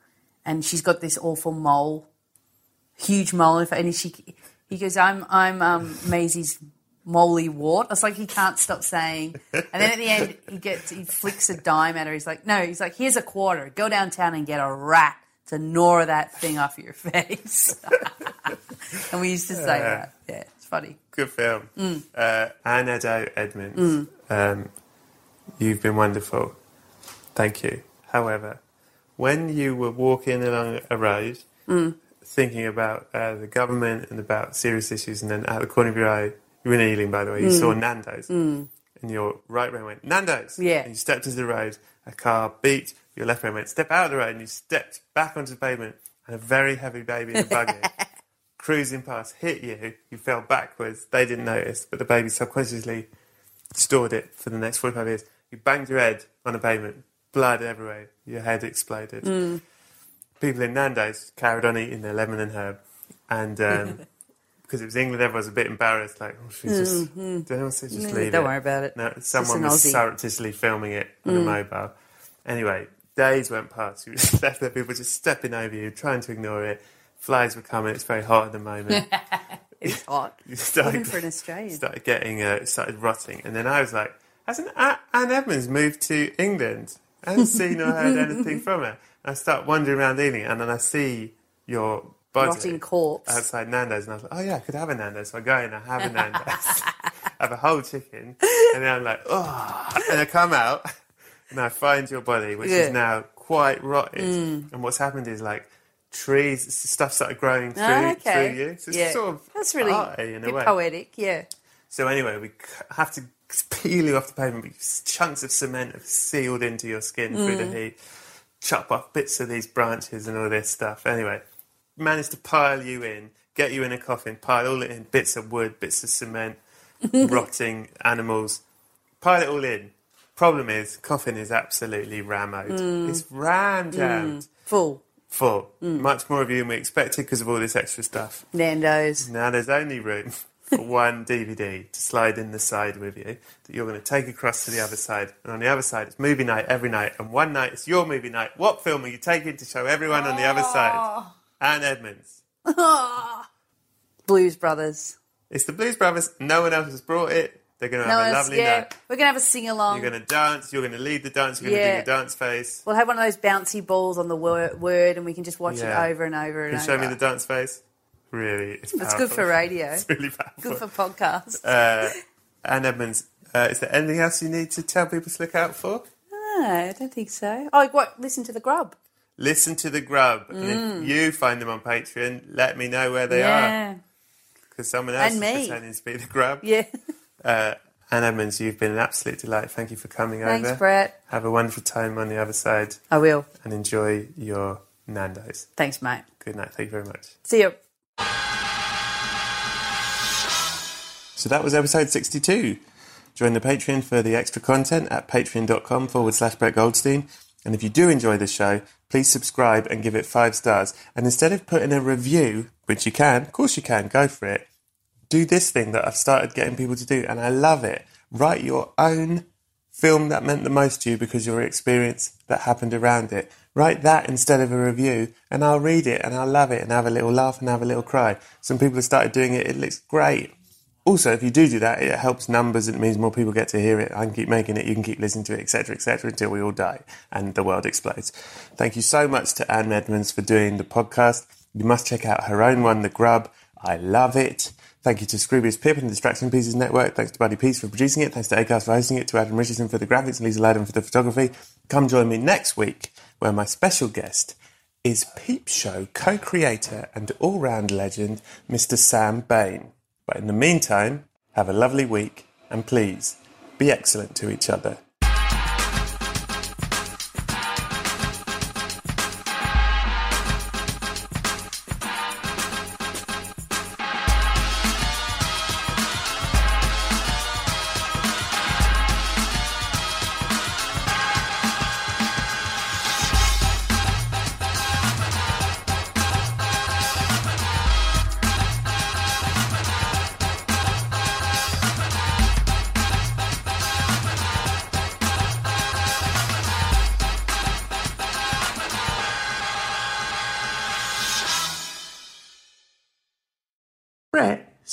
and she's got this awful mole huge mole in her and she he goes i'm i'm um maisie's moly wart it's like he can't stop saying and then at the end he gets he flicks a dime at her he's like no he's like here's a quarter go downtown and get a rat to gnaw that thing off your face and we used to say that yeah it's funny Good film. Uh, Anne Edo Edmonds, um, you've been wonderful. Thank you. However, when you were walking along a road, thinking about uh, the government and about serious issues, and then out of the corner of your eye, you were kneeling, by the way, you saw Nando's, and your right brain went, Nando's! Yeah. And you stepped into the road, a car beat, your left brain went, step out of the road, and you stepped back onto the pavement, and a very heavy baby in a buggy cruising past, hit you, you fell backwards, they didn't notice, but the baby subconsciously stored it for the next 45 years. You banged your head on a pavement, blood everywhere, your head exploded. Hmm. People in Nando's carried on eating their lemon and herb, and um, because it was England, everyone was a bit embarrassed, like, oh, she's just, did anyone say just Mm, leave don't it? worry about it. No, It's someone an was Aussie. Mm. surreptitiously filming it on a mobile. Anyway, days went past. You just left there, people just stepping over you, trying to ignore it. Flies were coming. It's very hot at the moment. it's hot You started, Even for an Australian. started getting uh, started rotting, and then I was like, "Hasn't A- Anne Edmonds moved to England? I haven't seen or heard anything from her." And I start wandering around Ealing, and then I see your body Rotting corpse. outside Nando's, and I was like, "Oh yeah, I could have a Nando's." So I go in, I have a Nando's, have a whole chicken, and then I'm like, "Oh!" And I come out, and I find your body, which Yeah. Mm. is now quite rotted. And what's happened is like. Trees, stuff started growing through, Ah, through you. So it's sort of that's really arty in a bit way. poetic. Yeah, So anyway, we c- have to peel you off the pavement. Because chunks of cement have sealed into your skin through the heat. Chop off bits of these branches and all this stuff. Anyway, managed to pile you in, get you in a coffin, pile all it in, bits of wood, bits of cement, rotting animals, pile it all in. Problem is, coffin is absolutely rammed. It's rammed jammed full full. Much more of you than we expected because of all this extra stuff. Nando's. Now there's only room for one DVD to slide in the side with you that you're going to take across to the other side. And on the other side, it's movie night every night. And one night, it's your movie night. What film are you taking to show everyone on the other Oh. side? Anne Edmonds. Blues Brothers. It's the Blues Brothers. No one else has brought it. They're going to No, have a it's- lovely yeah, night. we're gonna have a sing along. You're going to dance. You're going to lead the dance. You're going to Yeah. do your dance face. We'll have one of those bouncy balls on the wor- word, and we can just watch Yeah. it over and over and Can you over. show me the dance face? Really, it's It's powerful. good for radio. It's really powerful. good for podcasts. uh, Anne Edmonds, uh, is there anything else you need to tell people to look out for? no, I don't think so. Oh, what? Listen to the grub. Listen to the grub, and if you find them on Patreon, let me know where they are Mm. yeah, because someone else And is me. pretending to be the grub. yeah. Uh, Anne Edmonds, you've been an absolute delight. Thank you for coming Thanks, over. Brett. Have a wonderful time on the other side, I will. and enjoy your Nando's. Thanks, mate. Good night. Thank you very much. See you. So that was episode 62. Join the Patreon for the extra content at patreon.com forward slash Brett Goldstein. And if you do enjoy this show, please subscribe and give it five stars. And instead of putting a review, which you can, of course you can, go for it, do this thing that I've started getting people to do. And I love it. Write your own film that meant the most to you because your experience that happened around it. Write that instead of a review, and I'll read it and I'll love it and have a little laugh and have a little cry. Some people have started doing it, it looks great. Also, if you do do that, it helps numbers. It means more people get to hear it. I can keep making it. You can keep listening to it, etc., etc., until we all die and the world explodes. Thank you so much to Anne Edmonds for doing the podcast. You must check out her own one, The Grub. I love it. Thank you to Scroobius Pip and the Distraction Pieces Network. Thanks to Buddy Peace for producing it. Thanks to Acast for hosting it. To Adam Richardson for the graphics and Lisa Lydon for the photography. Come join me next week, where my special guest is Peep Show co-creator and all-round legend, Mr. Sam Bain. But in the meantime, have a lovely week and please be excellent to each other. Brett,